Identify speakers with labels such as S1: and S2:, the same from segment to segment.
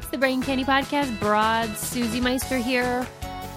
S1: Candy Podcast. Broad Susie Meister here.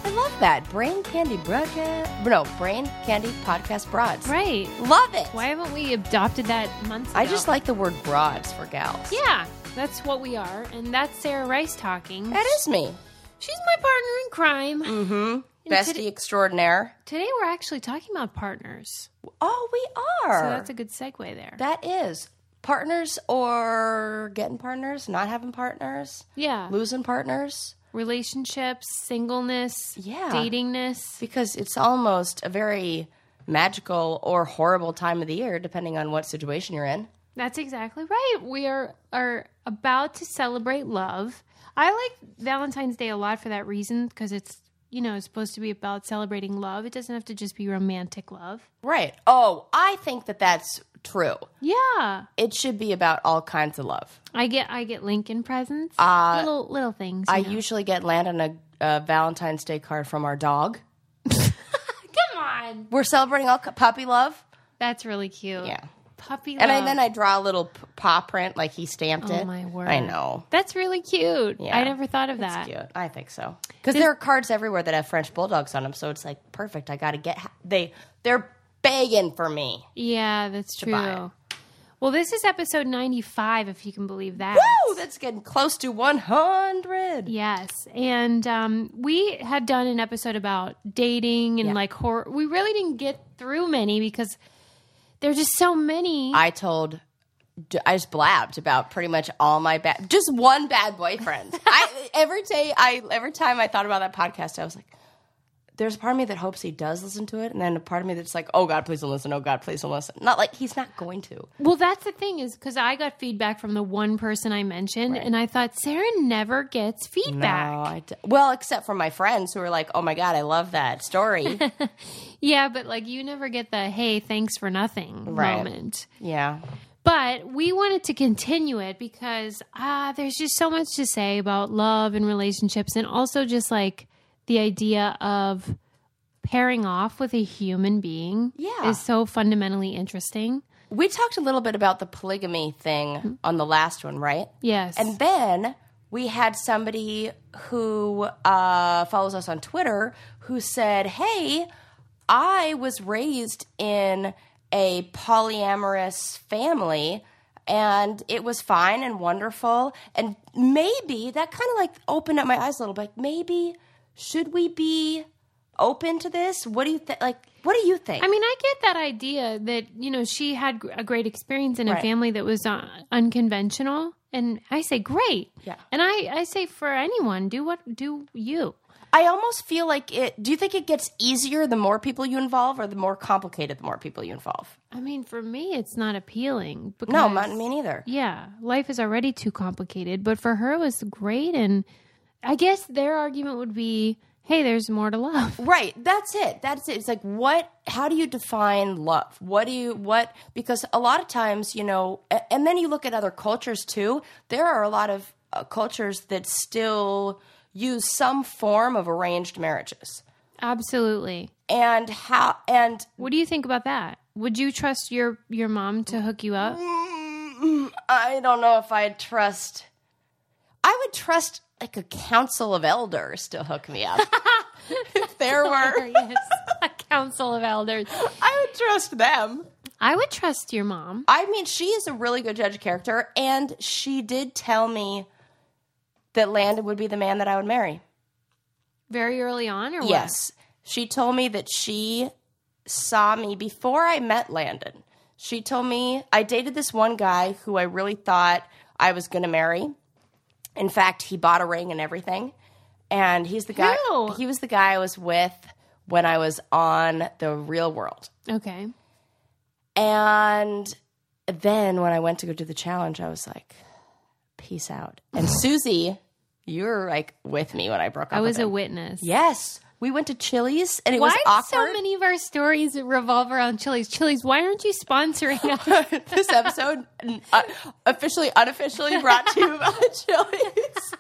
S2: I love that. Brain Candy Broadcast. No, Brain Candy Podcast Broads.
S1: Right.
S2: Love it.
S1: Why haven't we adopted that months ago?
S2: I just like the word broads for gals.
S1: Yeah, that's what we are. And that's Sarah Rice talking.
S2: That is me.
S1: She's my partner in crime.
S2: Eh. Mm-hmm.
S1: And today-
S2: Bestie extraordinaire.
S1: Today we're actually talking about partners.
S2: Oh, we
S1: So
S2: are.
S1: that's a good segue there.
S2: that is. Partners or getting partners, not having partners,
S1: yeah.
S2: losing partners.
S1: Relationships, singleness,
S2: Yeah.
S1: datingness.
S2: Because it's almost a very magical or horrible time of the year, depending on what situation you're in.
S1: That's exactly right. We are are about to celebrate love. I like Valentine's Day a lot for that reason because it's you know it's supposed to be about celebrating love. It doesn't have to just be romantic love.
S2: Right. Oh, I think that that's true.
S1: Yeah,
S2: It should be about all kinds of love.
S1: I get I get Lincoln presents,
S2: Uh,
S1: little little things.
S2: I
S1: you know.
S2: usually get Landon a, a Valentine's Day card from our dog.
S1: come on.
S2: We're celebrating all cu- puppy love.
S1: That's really cute.
S2: Yeah.
S1: puppy.
S2: And I,
S1: love.
S2: then I draw a little p- paw print, like he stamped
S1: Oh
S2: it.
S1: my word!
S2: I know.
S1: That's really cute.
S2: Yeah.
S1: I never thought of
S2: It's
S1: that.
S2: cute. I think so. Because there are cards everywhere that have French bulldogs on them, so it's like perfect. I got to get. Ha- they they're begging for me.
S1: Yeah, that's true.
S2: buy
S1: Well, this is episode ninety-five, if you can believe that.
S2: Woo! That's getting close to one hundred.
S1: Yes. And um, we had done an episode about dating and
S2: Yeah.
S1: like horror. We really didn't get through many because there's just so many.
S2: I told. I just blabbed about pretty much all my bad, just one bad boyfriend. I every day, I every time I thought about that podcast, I was like, "There's a part of me that hopes he does listen to it, and then a part of me that's like, oh God, please don't listen. Oh God, please don't listen.' Not like he's not going to.
S1: well, that's the thing is because I got feedback from the one person I mentioned, and I thought Sarah never gets feedback.
S2: No, I d- well, except for my friends who are like, "Oh my God, I love that story."
S1: Yeah, but like you never get the hey, thanks for nothing
S2: Right.
S1: moment.
S2: yeah,
S1: But we wanted to continue it because ah, there's just so much to say about love and relationships, and also just like the idea of pairing off with a human being
S2: Yeah.
S1: is so fundamentally interesting.
S2: we talked a little bit about the polygamy thing on the last one, right?
S1: Yes,
S2: And then we had somebody who uh, follows us on Twitter who said, Hey, I was raised in a polyamorous family and it was fine and wonderful. And maybe that kind of like opened up my eyes a little bit. Maybe should we be open to this? What do you think? Like, what do you think?
S1: I mean, I get that idea that you know she had gr- a great experience in a
S2: Right.
S1: family that was uh, unconventional, and I say great.
S2: Yeah.
S1: and I I say for anyone, do what do you.
S2: I almost feel like it. Do you think it gets easier the more people you involve or the more complicated the more people you involve?
S1: I mean, for me, it's not appealing. Because
S2: No, not me neither.
S1: Yeah, life is already too complicated, but for her it was great and I guess their argument would be, "Hey, there's more to love."
S2: Right. That's it. That's it. It's like what how do you define love? What do you what because a lot of times, you know, a- and then you look at other cultures too. There are a lot of uh, cultures that still use some form of arranged marriages.
S1: Absolutely.
S2: And how and
S1: What do you think about that? Would you trust your your mom to hook you up?
S2: mm, I don't know if I'd trust I would trust like a council of elders to hook me up. if there were
S1: yes. A council of elders.
S2: I would trust them.
S1: I would trust your mom.
S2: I mean, she is a really good judge of character, and she did tell me that Landon would be the man that I would marry.
S1: Very early on or what?
S2: Yes. She told me that she saw me before I met Landon. She told me I dated this one guy who I really thought I was going to marry. In fact, he bought a ring and everything. And he's the guy
S1: Who?
S2: he was the guy I was with when I was on the real world.
S1: Okay.
S2: And then when I went to go do the challenge, I was like, peace out. And Susie, you were like with me when I broke up.
S1: I was
S2: with
S1: a
S2: him.
S1: witness.
S2: Yes. We went to Chili's and it
S1: Why
S2: was awkward.
S1: so many of our stories revolve around Chili's? Chili's, why aren't you sponsoring us?
S2: this episode uh, officially, unofficially brought to you by Chili's.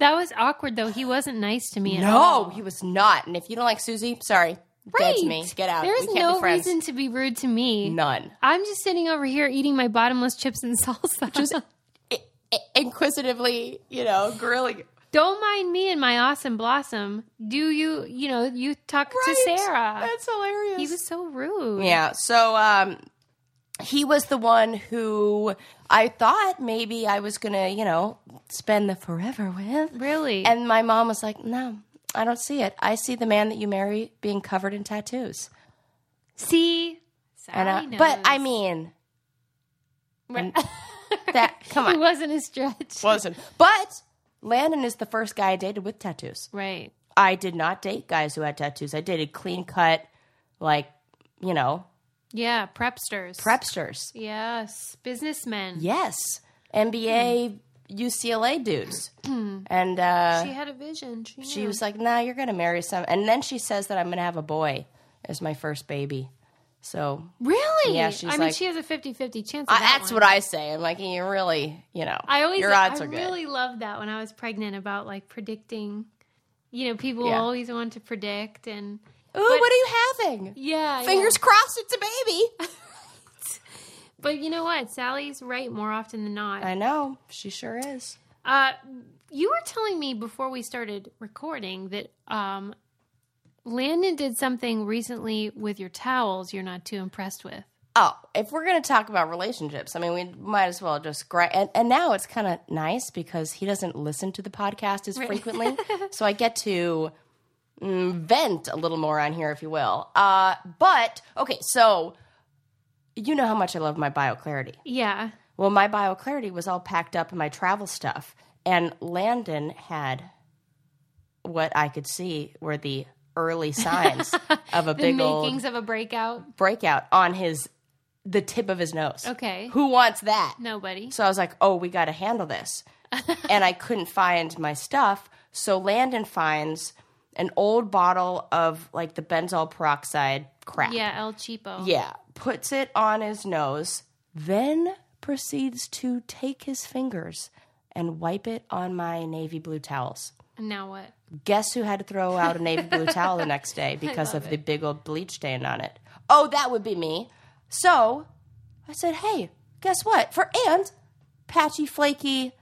S1: that was awkward though. He wasn't nice to me at all.
S2: No, he was not. And if you don't like Susie, sorry. Dead to me. Get out.
S1: There's
S2: we can't
S1: no
S2: be friends.
S1: reason to be rude to me.
S2: None.
S1: I'm just sitting over here eating my bottomless chips and salsa.
S2: I- I- inquisitively, you know, grilling.
S1: Don't mind me and my awesome blossom. Do you, you know, you talk to
S2: Right.
S1: Sarah.
S2: That's hilarious.
S1: he was so rude.
S2: Yeah. So um, he was the one who I thought maybe I was going to, you know, spend the forever with.
S1: Really?
S2: And my mom was like, no, I don't see it. I see the man that you marry being covered in tattoos.
S1: See?
S2: And uh,
S1: Sally
S2: But I
S1: knows.
S2: mean,
S1: Right.
S2: that, come
S1: it
S2: on.
S1: wasn't a stretch.
S2: Wasn't. But Landon is the first guy I dated with tattoos.
S1: Right.
S2: I did not date guys who had tattoos. I dated clean cut, like, you know,
S1: Yeah, prepsters.
S2: prepsters.
S1: Yes, businessmen.
S2: Yes. NBA, UCLA dudes. and uh,
S1: She had a vision. She,
S2: she
S1: knew.
S2: was like, nah, you're going to marry some. And then she says that I'm going to have a boy as my first baby. So
S1: Really?
S2: Yeah, she's
S1: I mean,
S2: like-
S1: she has a 50-50 chance. Of
S2: I,
S1: that
S2: that's
S1: one.
S2: what I say. I'm like, you really, you know,
S1: I always
S2: your odds
S1: I
S2: are good.
S1: really loved that when I was pregnant about like predicting. You know, people
S2: Yeah.
S1: always want to predict and
S2: Ooh, what are you having?
S1: yeah, yeah.
S2: Fingers crossed it's a baby.
S1: But you know what? Sally's right more often than not.
S2: I know. She sure is.
S1: Uh, you were telling me before we started recording that um, Landon did something recently with your towels you're not too impressed with.
S2: Oh, if we're going to talk about relationships, I mean, we might as well just grind. And, and now it's kind of nice because he doesn't listen to the podcast as frequently. so I get to mm, vent a little more on here, if you will. Uh, but, okay, so you know how much I love my BioClarity.
S1: Yeah.
S2: Well, my BioClarity was all packed up in my travel stuff, and Landon had what I could see were the early signs of a
S1: The
S2: big old
S1: makings of a breakout.
S2: breakout on his the tip of his nose.
S1: Okay.
S2: Who wants that?
S1: Nobody.
S2: So I was like, "Oh, we got to handle this." and I couldn't find my stuff, so Landon finds an old bottle of like the benzoyl peroxide crap.
S1: Yeah, El Cheapo.
S2: Yeah, puts it on his nose, then proceeds to take his fingers and wipe it on my navy blue towels.
S1: And now what?
S2: Guess who had to throw out a navy blue towel the next day because of the big old bleach stain on it? Oh, that would be me. So I said, hey, guess what? For and patchy, flaky,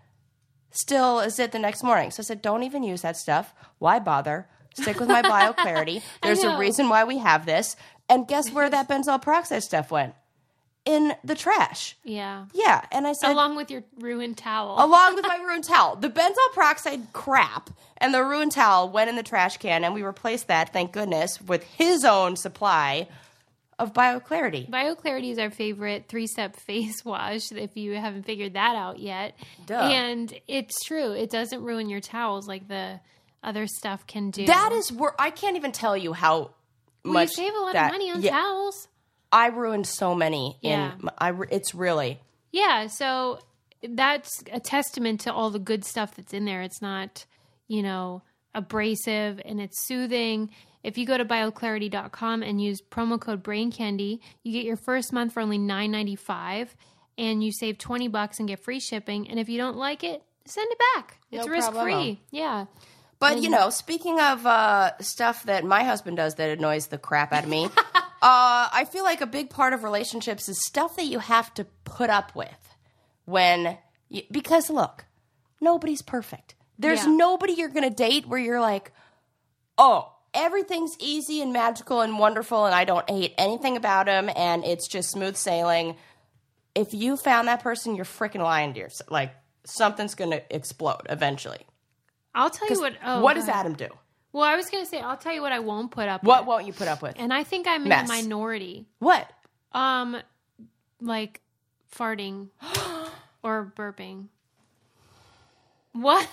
S2: still is it the next morning. So I said, don't even use that stuff. Why bother? Stick with my bio clarity. There's a
S1: know.
S2: reason why we have this. And guess where that benzoyl peroxide stuff went? In the trash.
S1: Yeah.
S2: Yeah. And I said,
S1: Along with your ruined towel.
S2: along with my ruined towel. The benzoyl peroxide crap and the ruined towel went in the trash can, and we replaced that, thank goodness, with his own supply of BioClarity.
S1: BioClarity is our favorite three step face wash, if you haven't figured that out yet.
S2: Duh.
S1: And it's true, it doesn't ruin your towels like the other stuff can do.
S2: That is where I can't even tell you how
S1: well, you
S2: much
S1: save a lot
S2: that-
S1: of money on
S2: yeah,
S1: towels.
S2: I ruined so many.
S1: Yeah.
S2: In my, I, ru- it's really
S1: Yeah, so that's a testament to all the good stuff that's in there. It's not, you know, abrasive and it's soothing. If you go to bioclarity.com and use promo code brain candy, you get your first month for only $9.95 and you save 20 bucks and get free shipping. And if you don't like it, send it back. It's
S2: No
S1: risk
S2: problemo.
S1: free. Yeah.
S2: But
S1: Mm-hmm.
S2: you know, speaking of uh, stuff that my husband does that annoys the crap out of me, uh, I feel like a big part of relationships is stuff that you have to put up with when you, because look, nobody's perfect. There's
S1: Yeah.
S2: nobody you're going to date where you're like, "Oh, everything's easy and magical and wonderful and I don't hate anything about him and it's just smooth sailing." If you found that person, you're freaking lying to yourself. Like something's going to explode eventually.
S1: I'll tell you what. Oh,
S2: what
S1: go
S2: does
S1: ahead.
S2: Adam do?
S1: Well, I was going to say, I'll tell you what I won't put up
S2: What
S1: with.
S2: won't you put up with?
S1: And I think I'm in
S2: Mess.
S1: the minority.
S2: What?
S1: Um, like farting or burping. What?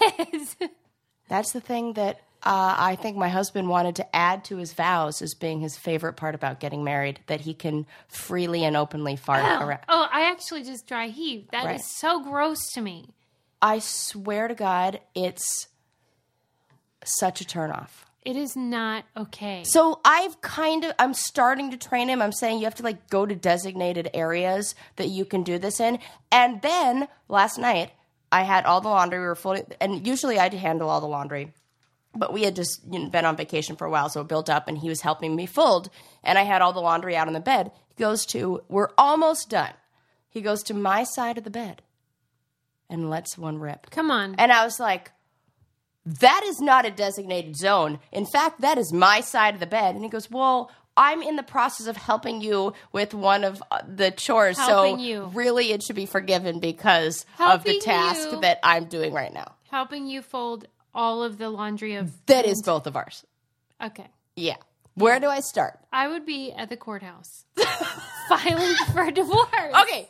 S2: That's the thing that uh, I think my husband wanted to add to his vows as being his favorite part about getting married that he can freely and openly fart around.
S1: oh, I actually just dry heaved. That is
S2: Right.
S1: so gross to me.
S2: I swear to God, it's such a turnoff.
S1: It is not okay.
S2: So I've kind of I'm starting to train him. I'm saying you have to like go to designated areas that you can do this in. And then last night I had all the laundry we were folding, and usually I'd handle all the laundry. But we had just you know, been on vacation for a while, so it built up, and he was helping me fold. And I had all the laundry out on the bed. He goes to, We're almost done. He goes to my side of the bed and lets one rip.
S1: Come on.
S2: And I was like, that is not a designated zone. In fact, that is my side of the bed. And he goes, Well, I'm in the process of helping you with one of uh, the chores.
S1: Helping
S2: so
S1: you.
S2: really, it should be forgiven because of
S1: Helping
S2: the task
S1: you.
S2: that I'm doing right now.
S1: helping you fold all of the laundry of
S2: That is both of ours. Mm.
S1: okay.
S2: Yeah. Where do I start?
S1: I would be at the courthouse filing for divorce.
S2: Okay.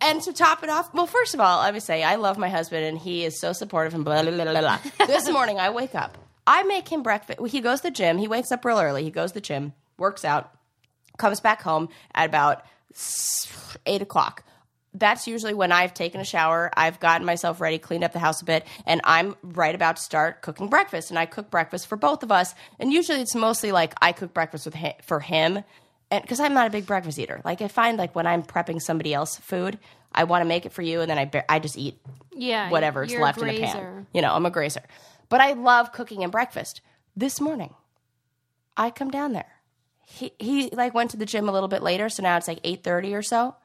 S2: And to top it off, well, first of all, let me say I love my husband and he is so supportive and blah, blah, blah, blah, blah. this morning I wake up. I make him breakfast. He goes to the gym. He wakes up real early. He goes to the gym, works out, comes back home at about s- eight o'clock. That's usually when I've taken a shower, I've gotten myself ready, cleaned up the house a bit, and I'm right about to start cooking breakfast. And I cook breakfast for both of us. And usually it's mostly like I cook breakfast with him, for him, and because I'm not a big breakfast eater. Like I find like when I'm prepping somebody else food, I want to make it for you, and then I ba- I just eat
S1: Yeah.
S2: whatever's
S1: you're a
S2: left in the pan.
S1: grazer.
S2: You know, I'm a grazer. But I love cooking and breakfast. This morning, I come down there. He he like went to the gym a little bit later, so now it's like 8:30 or so.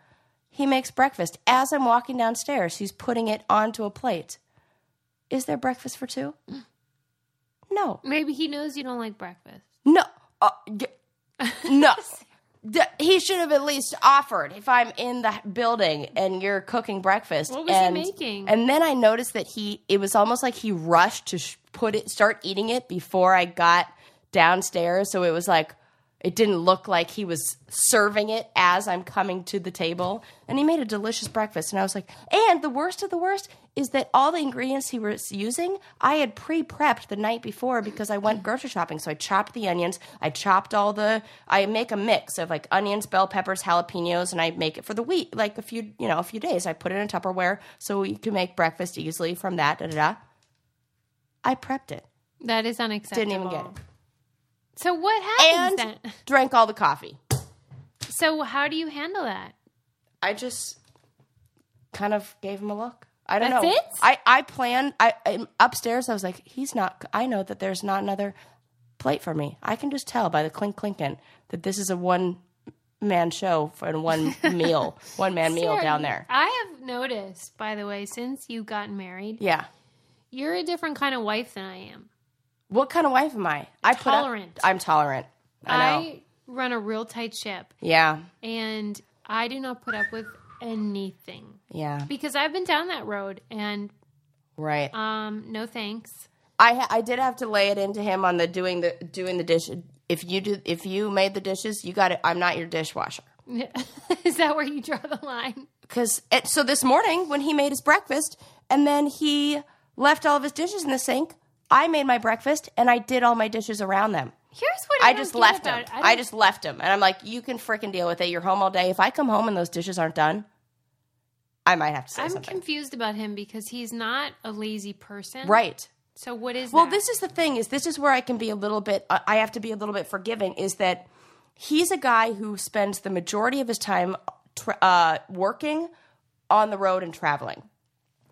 S2: He makes breakfast. As I'm walking downstairs, he's putting it onto a plate. Is there breakfast for two? No.
S1: Maybe he knows you don't like breakfast.
S2: No. Uh, d- no. D- he should have at least offered if I'm in the building and you're cooking breakfast.
S1: What was he
S2: and,
S1: making?
S2: And then I noticed that he, it was almost like he rushed to sh- put it, start eating it before I got downstairs. So it was like, it didn't look like he was serving it as I'm coming to the table. And he made a delicious breakfast. And I was like, and the worst of the worst is that all the ingredients he was using, I had pre prepped the night before because I went grocery shopping. So I chopped the onions, I chopped all the, I make a mix of like onions, bell peppers, jalapenos, and I make it for the week, like a few, you know, a few days. I put it in Tupperware so you can make breakfast easily from that, da da da. I prepped it,
S1: That is unacceptable.
S2: didn't even get it,
S1: So what happens
S2: and
S1: then?
S2: drank all the coffee.
S1: So how do you handle that?
S2: I just kind of gave him a look. I don't
S1: That's
S2: know.
S1: it?
S2: I I planned. I I'm upstairs. I was like, he's not. I know that there's not another plate for me. I can just tell by the clink clinking that this is a one man show for and one meal, one man meal
S1: Sarah,
S2: down there.
S1: I have noticed, by the way, since you've gotten married,
S2: Yeah.
S1: you're a different kind of wife than I am.
S2: What kind of wife am I? I put up-
S1: Tolerant.
S2: I'm tolerant. I know.
S1: I run a real tight ship
S2: yeah.
S1: and I do not put up with anything.
S2: Yeah.
S1: Because I've been down that road and
S2: Right.
S1: um no thanks.
S2: I ha- I did have to lay it into him on the doing the doing the dish. If you do, if you made the dishes, you got it. I'm not your dishwasher.
S1: Is that where you draw the line?
S2: because so this morning when he made his breakfast and then he left all of his dishes in the sink i made my breakfast and i did all my dishes around them
S1: Here's what I,
S2: i,
S1: don't
S2: just
S1: get
S2: left
S1: about
S2: him
S1: it.
S2: I,
S1: don't-
S2: just left him and i'm like you can freaking deal with it you're home all day if i come home and those dishes aren't done i might have to say
S1: I'm
S2: something
S1: confused about him because he's not a lazy person.
S2: right
S1: So what is
S2: Well,
S1: that?
S2: this is the thing is this is where I can be a little bit I I have to be a little bit forgiving is that he's a guy who spends the majority of his time tra- uh, working on the road and traveling.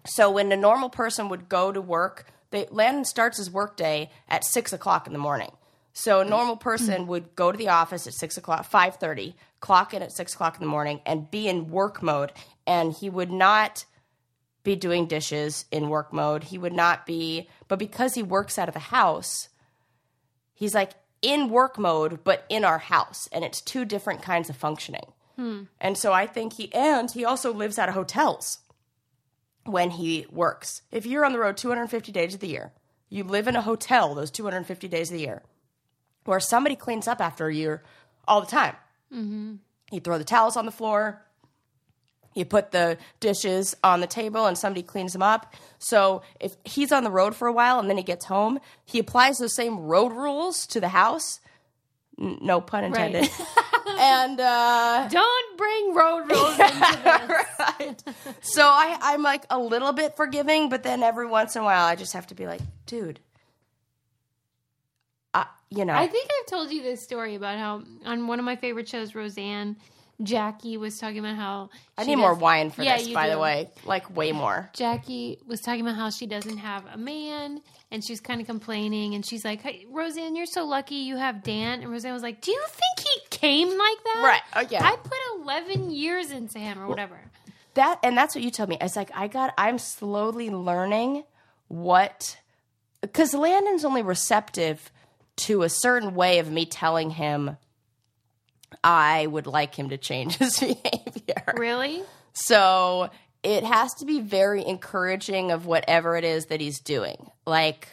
S2: So when a normal person would go to work, they Landon starts his workday at six o'clock in the morning. So a normal person would go to the office at six o'clock, five thirty, clock in at six o'clock in the morning, and be in work mode. And he would not be doing dishes in work mode. He would not be, but because he works out of the house, he's like in work mode, but in our house. And it's two different kinds of functioning. And so I think he, and he also lives out of hotels when he works. If you're on the road 250 days of the year, you live in a hotel those 250 days of the year where somebody cleans up after you all the time. You throw the towels on the floor, you put the dishes on the table and somebody cleans them up. So if he's on the road for a while and then he gets home, he applies those same road rules to the house. N- No pun intended. and uh,
S1: Don't bring road rules into this.
S2: right. So I, I'm like a little bit forgiving, but then every once in a while I just have to be like, dude, I, you know,
S1: I think I've told you this story about how on one of my favorite shows, Roseanne, Jackie was talking about how
S2: I
S1: she
S2: need more
S1: does-
S2: wine for
S1: Yeah,
S2: this,
S1: you
S2: by the
S1: do.
S2: way. Like, way more.
S1: Jackie was talking about how she doesn't have a man and she's kind of complaining and she's like, hey, Roseanne, you're so lucky you have Dan. And Roseanne was like, Do you think he came like that?
S2: Right. Oh, yeah.
S1: I put 11 years into him or whatever.
S2: that and that's what you told me it's like i got i'm slowly learning what because landon's only receptive to a certain way of me telling him i would like him to change his behavior
S1: Really?
S2: so it has to be very encouraging of whatever it is that he's doing like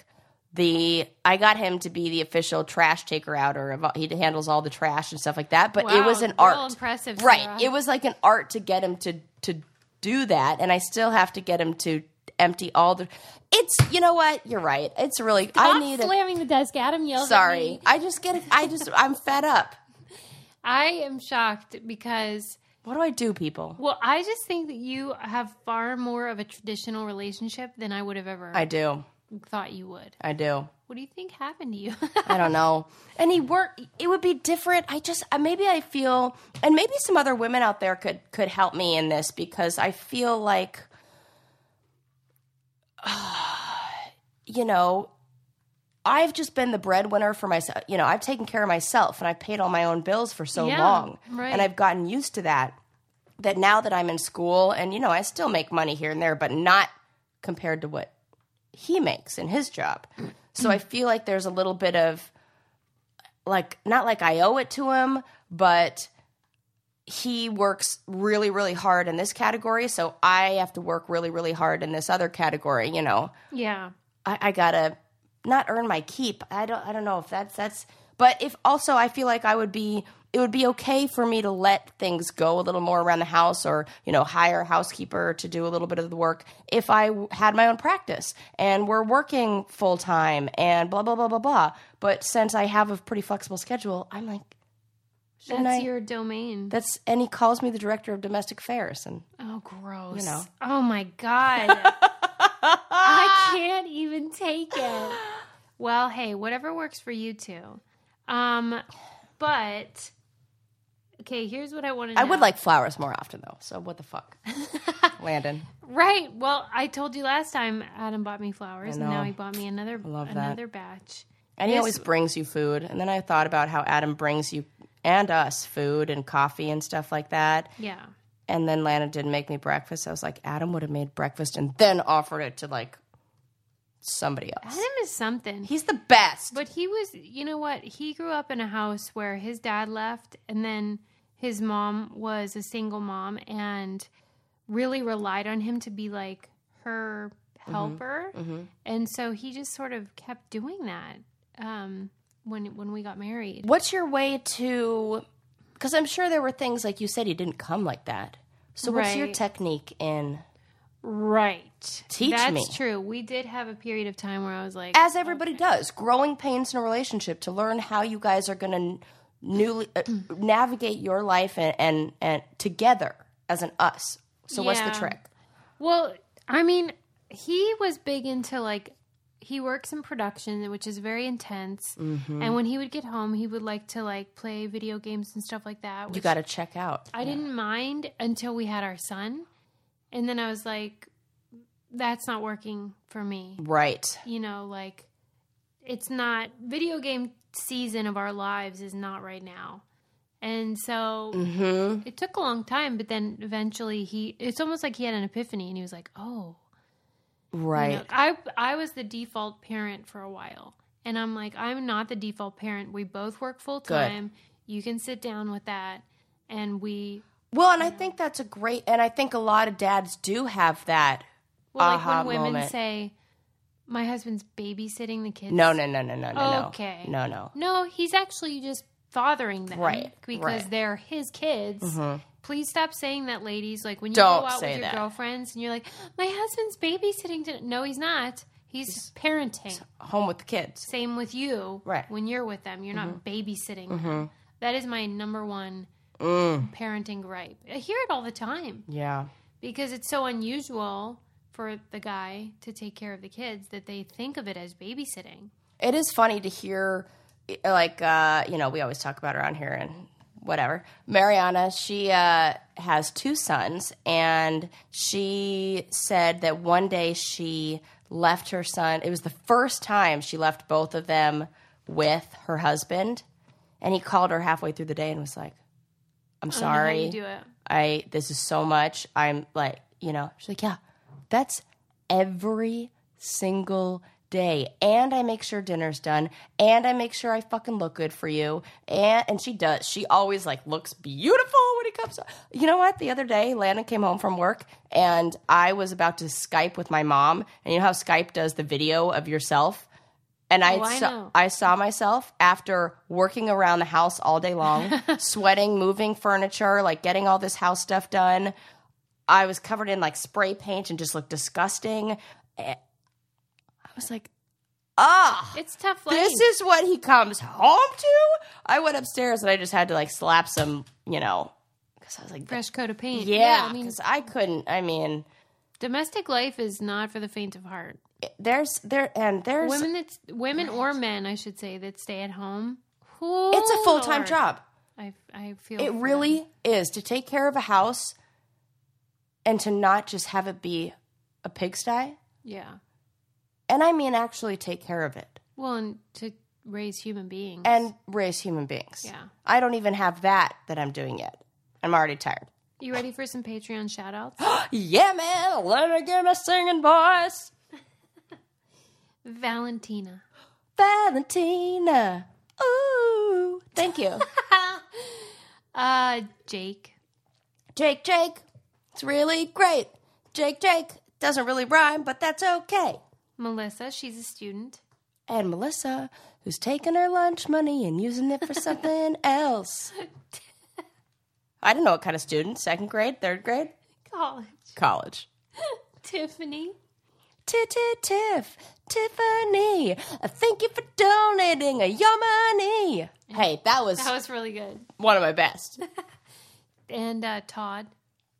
S2: the i got him to be the official trash taker outer of he handles all the trash and stuff like that but it
S1: Wow,
S2: was an
S1: real
S2: art
S1: impressive, Sarah.
S2: right it was like an art to get him to to do that and i still have to get him to empty all the it's you know what you're right it's really i
S1: Stop
S2: need a,
S1: slamming the desk. Adam yells at
S2: sorry
S1: me.
S2: i just get i just i'm fed up
S1: I am shocked because
S2: what do i do people
S1: Well, I just think that you have far more of a traditional relationship than I would have ever
S2: i do
S1: thought you would.
S2: i do
S1: What do you think happened to you?
S2: I don't know. And he worked. It would be different. I just uh, maybe I feel, and maybe some other women out there could could help me in this because I feel like, you know, I've just been the breadwinner for myself. You know, I've taken care of myself and I've paid all my own bills for so
S1: Yeah,
S2: long,
S1: right.
S2: and I've gotten used to that. That now that I'm in school, and you know, I still make money here and there, but not compared to what he makes in his job. So I feel like there's a little bit of like not like I owe it to him, but he works really really hard in this category, so I have to work really really hard in this other category. You know,
S1: yeah.
S2: I, I gotta not earn my keep. I don't I don't know if that's that's, but if also I feel like I would be. It would be okay for me to let things go a little more around the house or, you know, hire a housekeeper to do a little bit of the work if I w- had my own practice and we're working full time and blah, blah, blah, blah, blah. But since I have a pretty flexible schedule, I'm like,
S1: That's
S2: shouldn't I?
S1: your domain.
S2: That's and he calls me the director of domestic affairs, and
S1: oh, gross.
S2: You know.
S1: Oh, my God. I can't even take it. Well, hey, whatever works for you two. Um, but, okay, here's what I want to know.
S2: I would like flowers more often though. So what the fuck, Landon?
S1: Right. Well, I told you last time Adam bought me flowers, and now
S2: know.
S1: he bought me another
S2: love that.
S1: another batch.
S2: And he
S1: Yes.
S2: always brings you food. And then I thought about how Adam brings you and us food and coffee and stuff like that.
S1: Yeah.
S2: And then Landon didn't make me breakfast. I was like, Adam would have made breakfast and then offered it to like somebody else.
S1: Adam is something.
S2: He's the best.
S1: But he was, you know what? He grew up in a house where his dad left, and then his mom was a single mom and really relied on him to be like her
S2: Mm-hmm.
S1: helper. And so he just sort of kept doing that um, when when we got married.
S2: What's your way to? Because I'm sure there were things like you said he didn't come like that. So what's your
S1: Right.
S2: technique in?
S1: Right.
S2: Teach
S1: That's
S2: me.
S1: true. We did have a period of time where I was like,
S2: as everybody does growing pains in a relationship to learn how you guys are going to newly uh,
S1: Mm.
S2: navigate your life and, and and together as an us so what's the
S1: Yeah.
S2: trick
S1: Well, I mean, he was big into like he works in production, which is very intense. And when he would get home, he would like to like play video games and stuff like that.
S2: you
S1: which
S2: got to check out
S1: I didn't mind until we had our son, and then I was like, that's not working for me.
S2: right
S1: You know, like it's not video game season of our lives is not right now. And so
S2: mm-hmm
S1: it took a long time, but then eventually he it's almost like he had an epiphany and he was like, "Oh,
S2: right
S1: you know, I I was the default parent for a while, and I'm like, I'm not the default parent. We both work full time. You can sit down with that, and we
S2: well and i think that's a great and i think a lot of dads do have that
S1: well,
S2: Aha
S1: like when women
S2: moment.
S1: say, my husband's babysitting the kids.
S2: no no no no no no
S1: Okay.
S2: no no
S1: no, he's actually just fathering them,
S2: Right,
S1: Because
S2: right. Mm-hmm.
S1: they're his kids. Please stop saying that, ladies. Like when you
S2: Don't
S1: go out
S2: say
S1: with your
S2: that.
S1: girlfriends and you're like, my husband's babysitting. Today. No, he's not. He's parenting.
S2: home with the kids
S1: Same with you.
S2: Right. Mm-hmm.
S1: When you're with them, you're not babysitting them. That is my number one
S2: Mm.
S1: parenting gripe. I hear it all the time
S2: Yeah.
S1: because it's so unusual for the guy to take care of the kids that they think of it as babysitting.
S2: It is funny to hear, like, uh, you know, we always talk about around here and whatever. Mariana, she uh, has two sons, and she said that one day she left her son. It was the first time she left both of them with her husband, and he called her halfway through the day and was like, I'm
S1: I don't know how
S2: sorry.
S1: you do it.
S2: I this is so much. I'm like, you know, she's like, yeah, that's every single day. And I make sure dinner's done. And I make sure I fucking look good for you. And and she does. She always like looks beautiful when it comes. To, you know what? The other day, Lana came home from work, and I was about to Skype with my mom. And you know how Skype does the video of yourself. And I,
S1: Oh, I
S2: saw,
S1: know.
S2: I saw myself after working around the house all day long, sweating, moving furniture, like getting all this house stuff done. I was covered in like spray paint and just looked disgusting. Eh, I was like, ah,
S1: It's tough life.
S2: this is what he comes home to. I went upstairs and I just had to like slap some, you know, because I was like,
S1: fresh coat of paint.
S2: yeah,
S1: I mean,
S2: because I couldn't. I mean,
S1: domestic life is not for the faint of heart.
S2: there's there and there's
S1: Women that women or men, I should say, that stay at home. Whoo,
S2: it's a full time
S1: Lord.
S2: job.
S1: I I feel
S2: It
S1: for
S2: really is to take care of a house and to not just have it be a pigsty.
S1: yeah.
S2: And I mean, actually take care of it
S1: Well, and to raise human beings.
S2: and raise human beings.
S1: Yeah.
S2: I don't even have that that I'm doing yet. I'm already tired.
S1: you ready for some Patreon shout outs?
S2: Yeah, man. Let me get my singing voice.
S1: Valentina.
S2: Valentina. Ooh. Thank you.
S1: Uh Jake.
S2: Jake, Jake. It's really great. Jake, Jake. Doesn't really rhyme, but that's okay.
S1: Melissa, she's a student.
S2: and Melissa, who's taking her lunch money and using it for something else. I don't know what kind of student, second grade, third grade,
S1: College.
S2: college.
S1: Tiffany.
S2: Tiff, Tiff, Tiffany, uh, thank you for donating uh, your money. Hey, that was
S1: That was really good.
S2: one of my best.
S1: And uh Todd.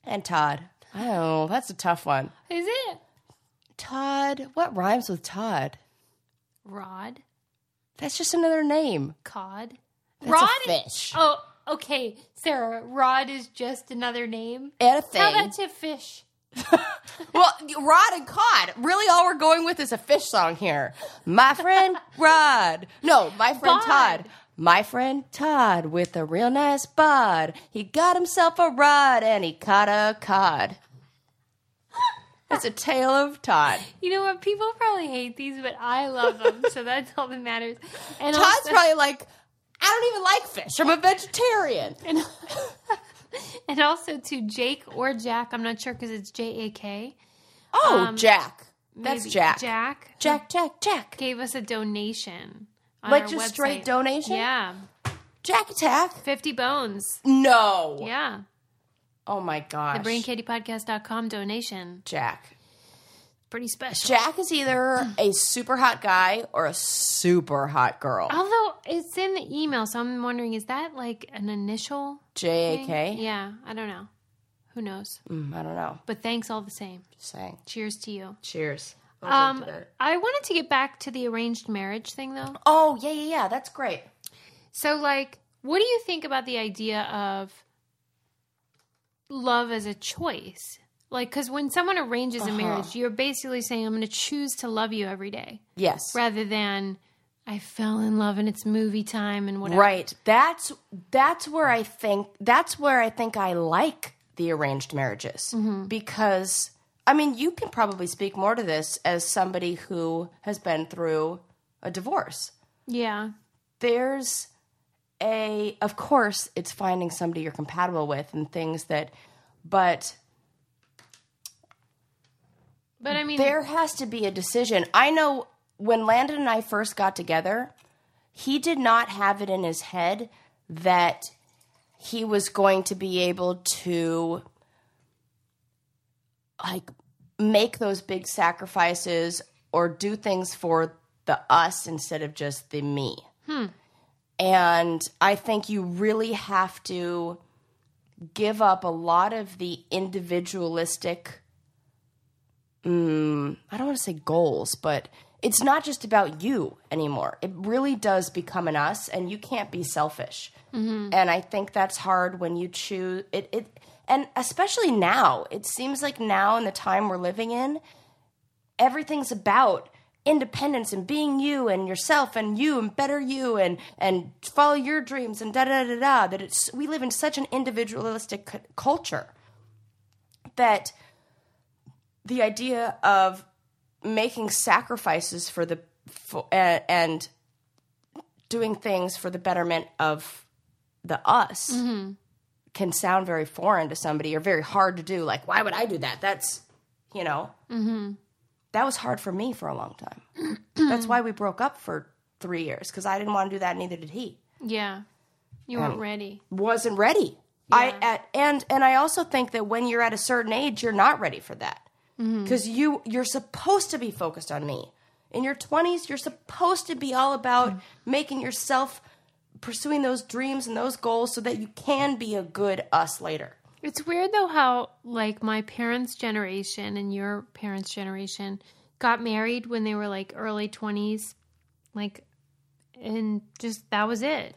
S2: And Todd. Oh, that's a tough one.
S1: Is it?
S2: Todd, what rhymes with Todd?
S1: Rod.
S2: That's just another name.
S1: Cod.
S2: That's
S1: Rod
S2: a fish.
S1: Oh, okay, Sarah. Rod is just another name.
S2: and a thing.
S1: Tell that to fish.
S2: Well, Rod and Cod. Really, all we're going with is a fish song here. My friend Rod. No, my friend
S1: Bod.
S2: Todd. My friend Todd with a real nice bod. He got himself a rod and he caught a cod. It's a tale of Todd.
S1: You know what? People probably hate these, but I love them, so that's all that matters. And
S2: Todd's
S1: also,
S2: probably like, I don't even like fish. I'm a vegetarian.
S1: and, and also to Jake or Jack. I'm not sure because it's J A K.
S2: Oh, Jack. That's
S1: Um, Maybe
S2: Jack.
S1: Jack
S2: Jack, Jack, Jack.
S1: gave us a donation. on
S2: Like
S1: our
S2: just
S1: website.
S2: straight donation?
S1: Yeah,
S2: Jack attack?
S1: fifty bones.
S2: No.
S1: Yeah,
S2: Oh my gosh.
S1: the BrainCandyPodcast.com donation.
S2: Jack.
S1: Pretty special.
S2: Jack is either a super hot guy or a super hot girl.
S1: Although it's in the email, so I'm wondering is that like an initial?
S2: J A
S1: thing?
S2: K.
S1: Yeah, I don't know. Who knows?
S2: Mm, I don't know.
S1: But thanks all the same.
S2: Just saying.
S1: Cheers to you.
S2: Cheers.
S1: Um, I wanted to get back to the arranged marriage thing though.
S2: oh yeah, yeah, yeah. That's great.
S1: So, like, what do you think about the idea of love as a choice? Like, because when someone arranges
S2: Uh-huh.
S1: a marriage, you're basically saying, I'm going to choose to love you every day
S2: Yes. Right.
S1: rather than I fell in love and it's movie time and whatever.
S2: That's that's where I think that's where I think I like the arranged marriages because I mean you can probably speak more to this as somebody who has been through a divorce.
S1: Yeah.
S2: there's a of course it's finding somebody you're compatible with and things that but
S1: But I mean,
S2: there has to be a decision i know when landon and i first got together he did not have it in his head that he was going to be able to like make those big sacrifices or do things for the us instead of just the me. And I think you really have to give up a lot of the individualistic mm, I don't want to say goals, but it's not just about you anymore. It really does become an us, and you can't be selfish. And I think that's hard when you choose it, it. And especially now, it seems like now in the time we're living in, everything's about independence and being you and yourself and you and better you and and follow your dreams and da da da da. That it's we live in such an individualistic c- culture that the idea of making sacrifices for the for, and, and doing things for the betterment of the us can sound very foreign to somebody or very hard to do like why would i do that that's you know that was hard for me for a long time that's why we broke up for three years because i didn't want to do that neither did he
S1: Yeah. You weren't ready.
S2: wasn't ready. I at, and and I also think that when you're at a certain age, you're not ready for that because you you're supposed to be focused on me. In your 20s, you're supposed to be all about making yourself pursuing those dreams and those goals so that you can be a good us later.
S1: It's weird though how like my parents' generation and your parents' generation got married when they were like early 20s. Like and just that was it.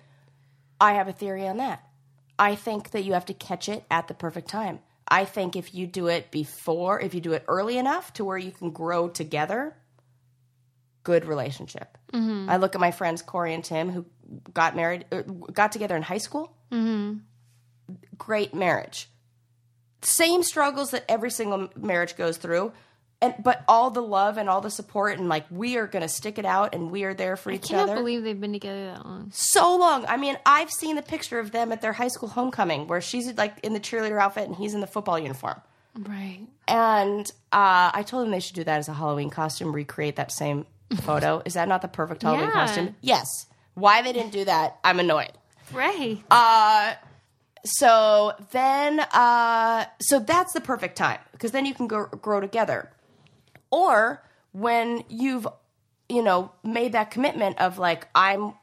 S2: I have a theory on that. I think that you have to catch it at the perfect time. I think if you do it before, if you do it early enough to where you can grow together, good relationship. I look at my friends Corey and Tim who got married, er, got together in high school. Great marriage. Same struggles that every single marriage goes through. And, but all the love and all the support and like we are gonna stick it out and we are there for
S1: I
S2: each
S1: can't
S2: other
S1: believe they've been together that long.
S2: so long. I mean, I've seen the picture of them at their high school homecoming where she's like in the cheerleader outfit and he's in the football uniform.
S1: Right.
S2: And uh, I told him they should do that as a Halloween costume, recreate that same photo. Is that not the perfect Halloween
S1: Yeah.
S2: costume? Yes. Why they didn't do that, I'm annoyed.
S1: Right.
S2: Uh, So then, uh, so that's the perfect time because then you can go, grow together. Or when you've, you know, made that commitment of like, I'm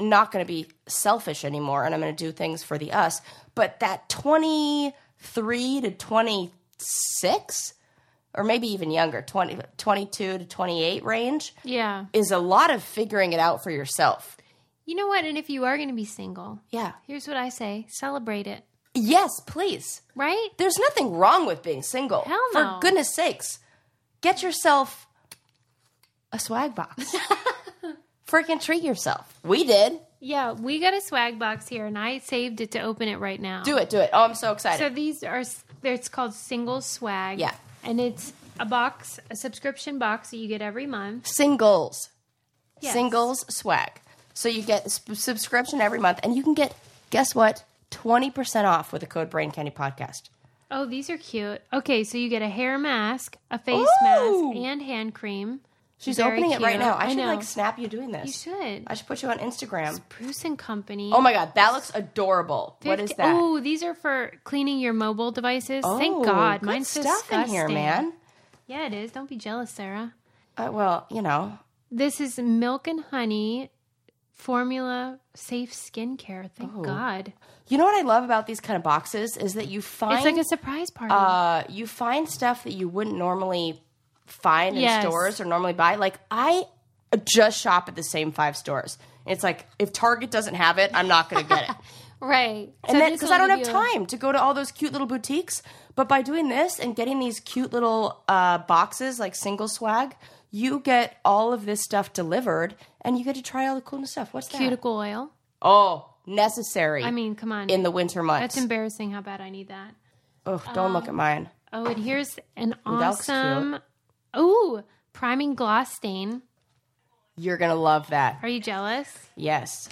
S2: not going to be selfish anymore and I'm going to do things for the us. But that 23 to 26, or maybe even younger, 20, 22 to 28 range
S1: yeah.
S2: is a lot of figuring it out for yourself.
S1: You know what? And if you are going to be single,
S2: Yeah.
S1: here's what I say celebrate it,
S2: Yes, please.
S1: right?
S2: there's nothing wrong with being single.
S1: Hell no.
S2: For goodness sakes, get yourself a swag box. Freaking treat yourself. We did.
S1: Yeah, we got a swag box here and I saved it to open it right now.
S2: Do it, do it. Oh, I'm so
S1: So
S2: excited.
S1: these are it's called single swag.
S2: Yeah.
S1: And it's a box, a subscription box that you get every month.
S2: singles.
S1: Yes.
S2: Singles swag. So you get sp- subscription every month and you can get guess what? 20% off with the code brain candy podcast.
S1: Oh, these are cute. Okay, so you get a hair mask, a face
S2: Ooh.
S1: mask, and hand cream.
S2: She's
S1: Very
S2: opening it right
S1: cute.
S2: now. I,
S1: I
S2: should
S1: know.
S2: like snap you doing this.
S1: You should.
S2: I should put you on Instagram.
S1: Bruce and Company.
S2: Oh my god, that looks adorable. What is that?
S1: Oh, these are for cleaning your mobile devices.
S2: Oh,
S1: Thank God.
S2: good
S1: Mine's
S2: stuff in here,
S1: disgusting.
S2: man.
S1: Yeah, it is. Don't be jealous, Sarah.
S2: Uh, well, you know,
S1: This is milk and honey formula safe skincare. Thank
S2: Oh.
S1: God.
S2: You know what I love about these kind of boxes is that you find
S1: It's like a surprise party.
S2: uh, you find stuff that you wouldn't normally find
S1: Yes.
S2: in stores or normally buy. Like I just shop at the same five stores. It's like if Target doesn't have it, I'm not going to get it.
S1: right.
S2: and then
S1: this
S2: because
S1: will
S2: I don't have
S1: give you a-
S2: time to go to all those cute little boutiques, but by doing this and getting these cute little uh, boxes like single swag, you get all of this stuff delivered, and you get to try all the cool new stuff. What's that?
S1: cuticle oil.
S2: Oh, necessary.
S1: I mean, come on.
S2: in the winter months.
S1: That's embarrassing how bad I need that.
S2: Ugh, don't look at mine.
S1: Oh, and here's an
S2: that looks cute.
S1: awesome. Ooh, priming gloss stain.
S2: You're gonna love that.
S1: Are you jealous?
S2: Yes.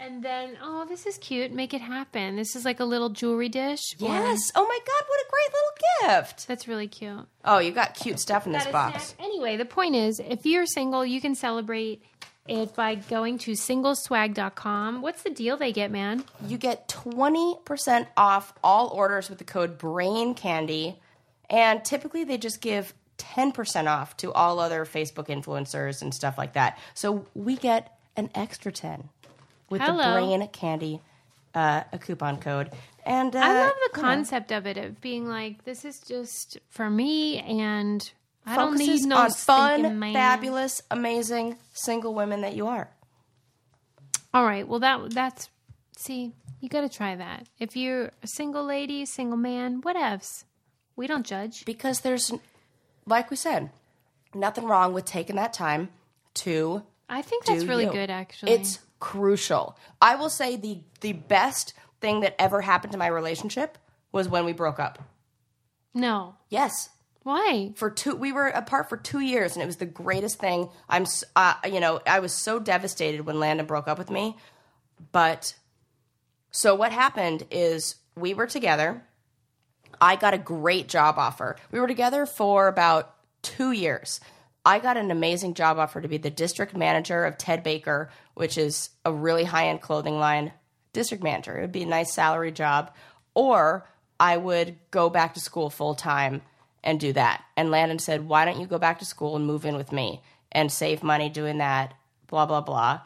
S1: And then, oh, this is cute. Make it happen. This is like a little jewelry dish. or-
S2: Yes. Oh my God! What a great little gift.
S1: That's really cute.
S2: Oh, you got cute stuff in this
S1: Got a
S2: box.
S1: snack. Anyway, the point is if you're single, you can celebrate it by going to singleswag.com. What's the deal they get, man?
S2: You get twenty percent off all orders with the code Brain Candy, and typically they just give ten percent off to all other Facebook influencers and stuff like that. So we get an extra ten with
S1: Hello.
S2: the Brain Candy uh, a coupon code. And uh,
S1: I love the concept of it of being like, this is just for me, and I don't
S2: focuses
S1: need no
S2: on
S1: stinking
S2: fun,
S1: man.
S2: fabulous, amazing single women that you are.
S1: All right, well that that's see, you got to try that if you're a single lady, single man, whatevs. We don't judge.
S2: Because there's, like we said, nothing wrong with taking that time to
S1: I think that's
S2: do
S1: really
S2: you.
S1: good, actually.
S2: It's crucial. I will say the the best thing that ever happened to my relationship was when we broke up.
S1: no,
S2: Yes,
S1: why?
S2: for two we were apart for two years and it was the greatest thing i'm s- uh, you know i was so devastated when landon broke up with me but so what happened is we were together i got a great job offer we were together for about two years i got an amazing job offer to be the district manager of ted baker which is a really high-end clothing line district manager it would be a nice salary job or i would go back to school full-time and do that. And Landon said, Why don't you go back to school and move in with me and save money doing that? Blah, blah, blah.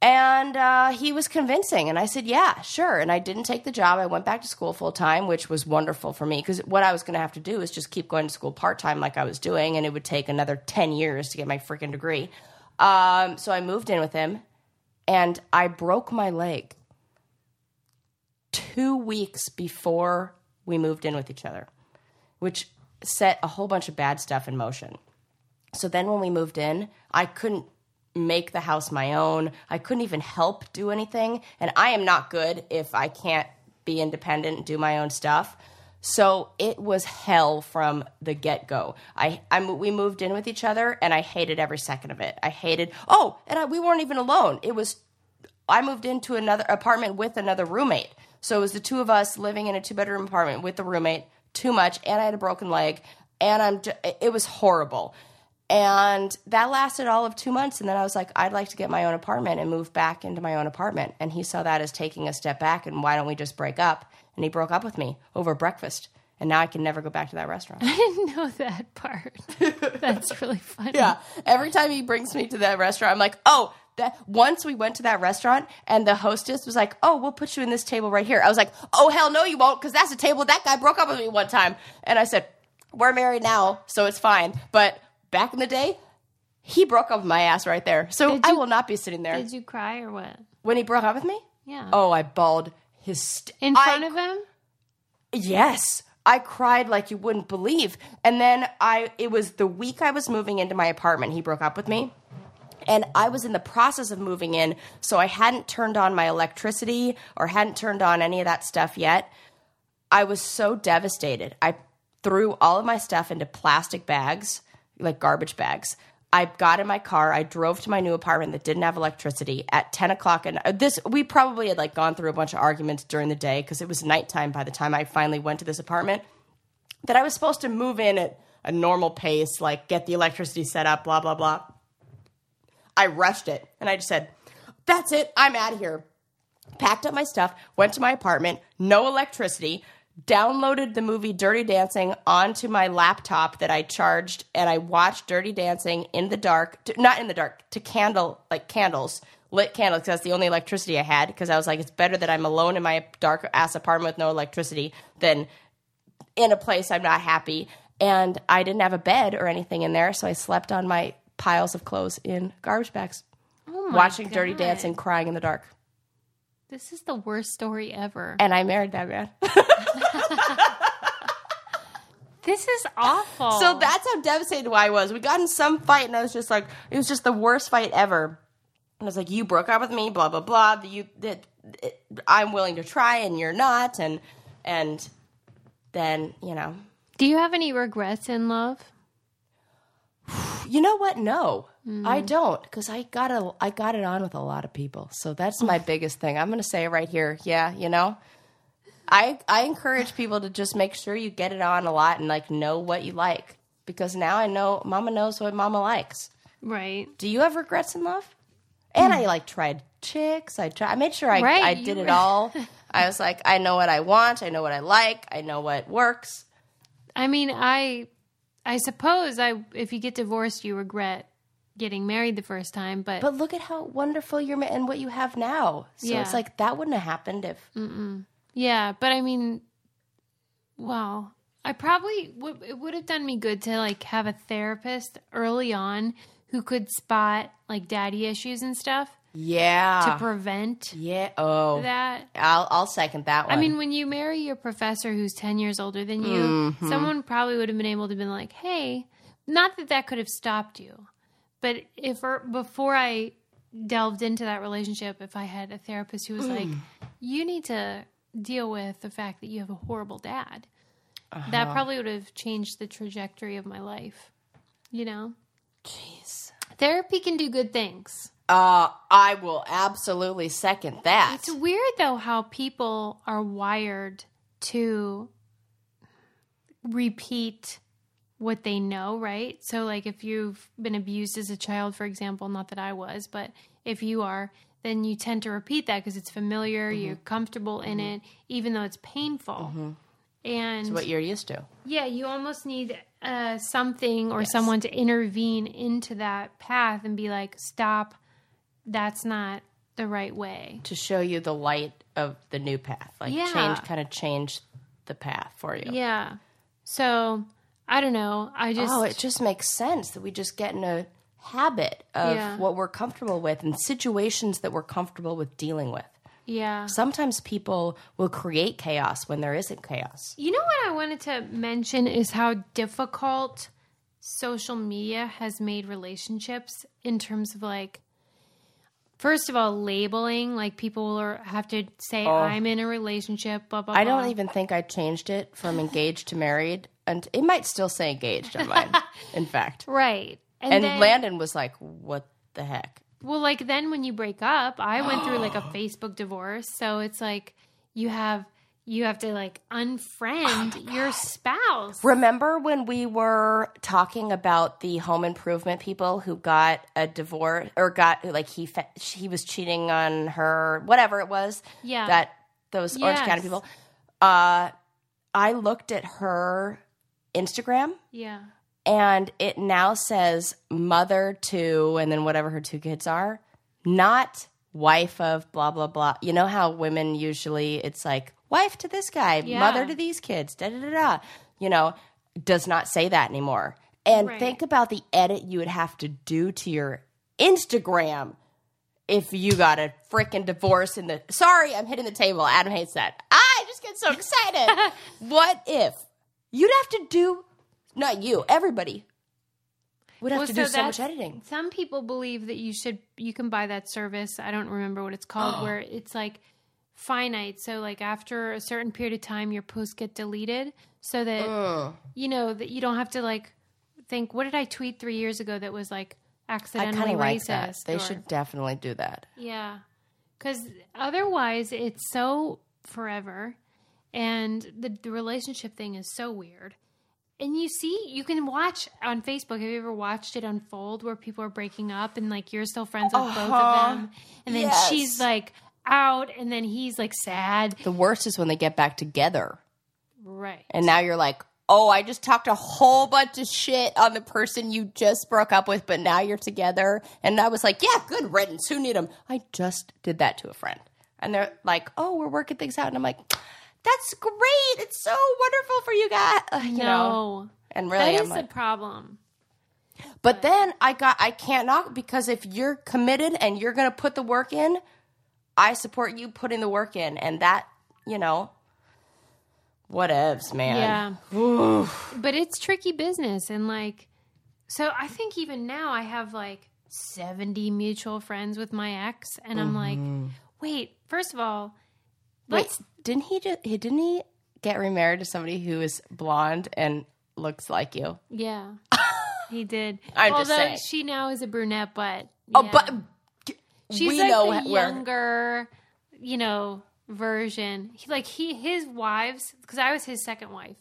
S2: And uh, he was convincing. And I said, Yeah, sure. And I didn't take the job. I went back to school full time, which was wonderful for me because what I was going to have to do is just keep going to school part time like I was doing. And it would take another 10 years to get my freaking degree. Um, so I moved in with him and I broke my leg two weeks before we moved in with each other which set a whole bunch of bad stuff in motion. So then when we moved in, I couldn't make the house my own. I couldn't even help do anything. And I am not good if I can't be independent and do my own stuff. So it was hell from the get go. I, I mo- we moved in with each other, and I hated every second of it. I hated. Oh, and I, we weren't even alone. It was I moved into another apartment with another roommate. So it was the two of us living in a two bedroom apartment with the roommate. Too much, and I had a broken leg, and I'm. ju- It was horrible, and that lasted all of two months. And then I was like, I'd like to get my own apartment and move back into my own apartment. And he saw that as taking a step back, and why don't we just break up? And he broke up with me over breakfast, and now I can never go back to that restaurant.
S1: I didn't know that part. that's really funny.
S2: Yeah. Every time he brings me to that restaurant, I'm like, oh, that once we went to that restaurant and the hostess was like, oh, we'll put you in this table right here. I was like, oh, hell no, you won't, because that's a table that guy broke up with me one time. And I said, we're married now, so it's fine. But back in the day, he broke up my ass right there. So I will not be sitting there.
S1: Did you cry or what?
S2: when he broke up with me?
S1: Yeah.
S2: Oh, I bawled his st-
S1: in
S2: I
S1: front of him.
S2: Yes. I cried like you wouldn't believe. And then I it was the week I was moving into my apartment, he broke up with me. And I was in the process of moving in, so I hadn't turned on my electricity or hadn't turned on any of that stuff yet. I was so devastated. I threw all of my stuff into plastic bags, like garbage bags. I got in my car. I drove to my new apartment that didn't have electricity at ten o'clock. And uh, this, we probably had like gone through a bunch of arguments during the day because it was nighttime by the time I finally went to this apartment. That I was supposed to move in at a normal pace, like get the electricity set up, blah blah blah. I rushed it, and I just said, "That's it. I'm out of here." packed up my stuff, went to my apartment, no electricity, downloaded the movie Dirty Dancing onto my laptop that I charged, and I watched Dirty Dancing in the dark, to, not in the dark, to candle, like candles, lit candles, 'cause that's the only electricity I had, because I was like, it's better that I'm alone in my dark ass apartment with no electricity than in a place I'm not happy. And I didn't have a bed or anything in there, so I slept on my piles of clothes in garbage bags, watching Dirty
S1: God.
S2: Dancing, crying in the dark
S1: This is the worst story ever.
S2: and I married that man.
S1: This is awful.
S2: So that's how devastated I was. We got in some fight, and I was just like, it was just the worst fight ever. And I was like, you broke up with me, blah blah blah. that You that it, I'm willing to try, and you're not, and and then you know,
S1: do you have any regrets in love?
S2: you know what? No, I
S1: Hmm.
S2: don't, because I got a I got it on with a lot of people. So that's
S1: Oh.
S2: my biggest thing. I'm gonna say it right here. Yeah, you know. I, I encourage people to just make sure you get it on a lot and like know what you like because now I know mama knows what mama likes.
S1: Right.
S2: Do you have regrets in love? And I like tried chicks. I tried. I made sure I
S1: Hmm. Right,
S2: I
S1: you
S2: did it
S1: were-
S2: all. I was like, I know what I want. I know what I like. I know what works.
S1: I mean, I I suppose I if you get divorced, you regret getting married the first time, but,
S2: But look at how wonderful you're ma- and what you have now. So
S1: Yeah.
S2: it's like that wouldn't have happened if
S1: yeah, but I mean, well, I probably would, it would have done me good to like have a therapist early on who could spot like daddy issues and stuff
S2: yeah
S1: to prevent
S2: yeah oh
S1: that.
S2: I'll I'll second that one.
S1: I mean, when you marry your professor who's 10 years older than you,
S2: Mm-hmm.
S1: someone probably would have been able to been like, hey, not that that could have stopped you, but if or before I delved into that relationship, if I had a therapist who was like,
S2: Mm.
S1: you need to deal with the fact that you have a horrible dad, that
S2: Uh-huh.
S1: probably would have changed the trajectory of my life, you know? Jeez. Therapy can do good things.
S2: uh, I will absolutely second that.
S1: It's weird though how people are wired to repeat what they know, right? So like if you've been abused as a child, for example, not that I was, but if you are, then you tend to repeat that because it's familiar, you're comfortable in it even though it's painful. And
S2: what you're used to.
S1: yeah, you almost need uh, something or someone to intervene into that path and be like, "Stop. That's not the right way."
S2: to show you the light of the new path. Like
S1: Yeah.
S2: change kind of change the path for you.
S1: Yeah. So I don't know. I just
S2: Oh, it just makes sense that we just get in a habit of
S1: Yeah.
S2: what we're comfortable with and situations that we're comfortable with dealing with.
S1: Uh-huh. yeah.
S2: Sometimes people will create chaos when there isn't chaos.
S1: You know what I wanted to mention is how difficult social media has made relationships in terms of like first of all labeling like people are have to say I'm in a relationship blah blah
S2: Oh. I
S1: blah.
S2: don't e-, even think I changed it from engaged to married, and it might still say engaged on mine. in fact,
S1: right. And,
S2: and
S1: then,
S2: Landon was like, "What the heck?"
S1: well like then when you break up, I went through like a Facebook divorce, so it's like you have you have to like unfriend
S2: Oh
S1: your spouse.
S2: Remember when we were talking about the home improvement people who got a divorce or got like he fe- he was cheating on her, whatever it was.
S1: Yeah.
S2: that those Orange County
S1: Yes.
S2: people. Uh, I looked at her Instagram,
S1: Yeah.
S2: and it now says mother to, and then whatever her two kids are, not wife of blah blah blah. You know how women usually it's like wife to this guy,
S1: Yeah.
S2: mother to these kids, da da da da. You know, does not say that anymore. And
S1: Right.
S2: think about the edit you would have to do to your Instagram if you got a freaking divorce in the sorry i'm hitting the table adam hates that i just get so excited what if you'd have to do not you everybody would have
S1: Well,
S2: to do so much
S1: that's-
S2: editing
S1: Some people believe that you should you can buy that service. I don't remember what it's called, where it's like finite. So like after a certain period of time, your posts get deleted, so that you know that you don't have to like think what did I tweet three years ago that was like
S2: i kind
S1: accidentally
S2: of like
S1: racist.
S2: that they
S1: or-
S2: should definitely do that
S1: yeah, because otherwise it's so forever, and the, the relationship thing is so weird. And you see, you can watch on Facebook. Have you ever watched it unfold where people are breaking up and like you're still friends with both of them, and then
S2: Uh-huh. Yes.
S1: she's like out, and then he's like sad,
S2: the worst is when they get back together
S1: right?
S2: and now you're like oh i just talked a whole bunch of shit on the person you just broke up with but now you're together and i was like yeah good riddance who need them i just did that to a friend and they're like oh we're working things out and i'm like that's great it's so wonderful for you guys Uh, you know
S1: no,
S2: and
S1: that
S2: really
S1: is
S2: i'm like
S1: the problem.
S2: but then i got i can't knock because if you're committed and you're gonna put the work in i support you putting the work in and that you know whatevs man
S1: Yeah. But it's tricky business. And like, so I think even now I have like 70 mutual friends with my ex. And I'm
S2: Mm-hmm.
S1: like, wait, first of all,
S2: Wait,
S1: let's.
S2: didn't he just he didn't he get remarried to somebody who is blonde and looks like you?
S1: Yeah. he did.
S2: I'm just
S1: Although
S2: saying.
S1: she now is a brunette, but.
S2: Oh,
S1: yeah.
S2: but
S1: She's
S2: we
S1: like
S2: know
S1: the
S2: wh- where-
S1: younger, you know, version. He, like he, his wives, because I was his second wife,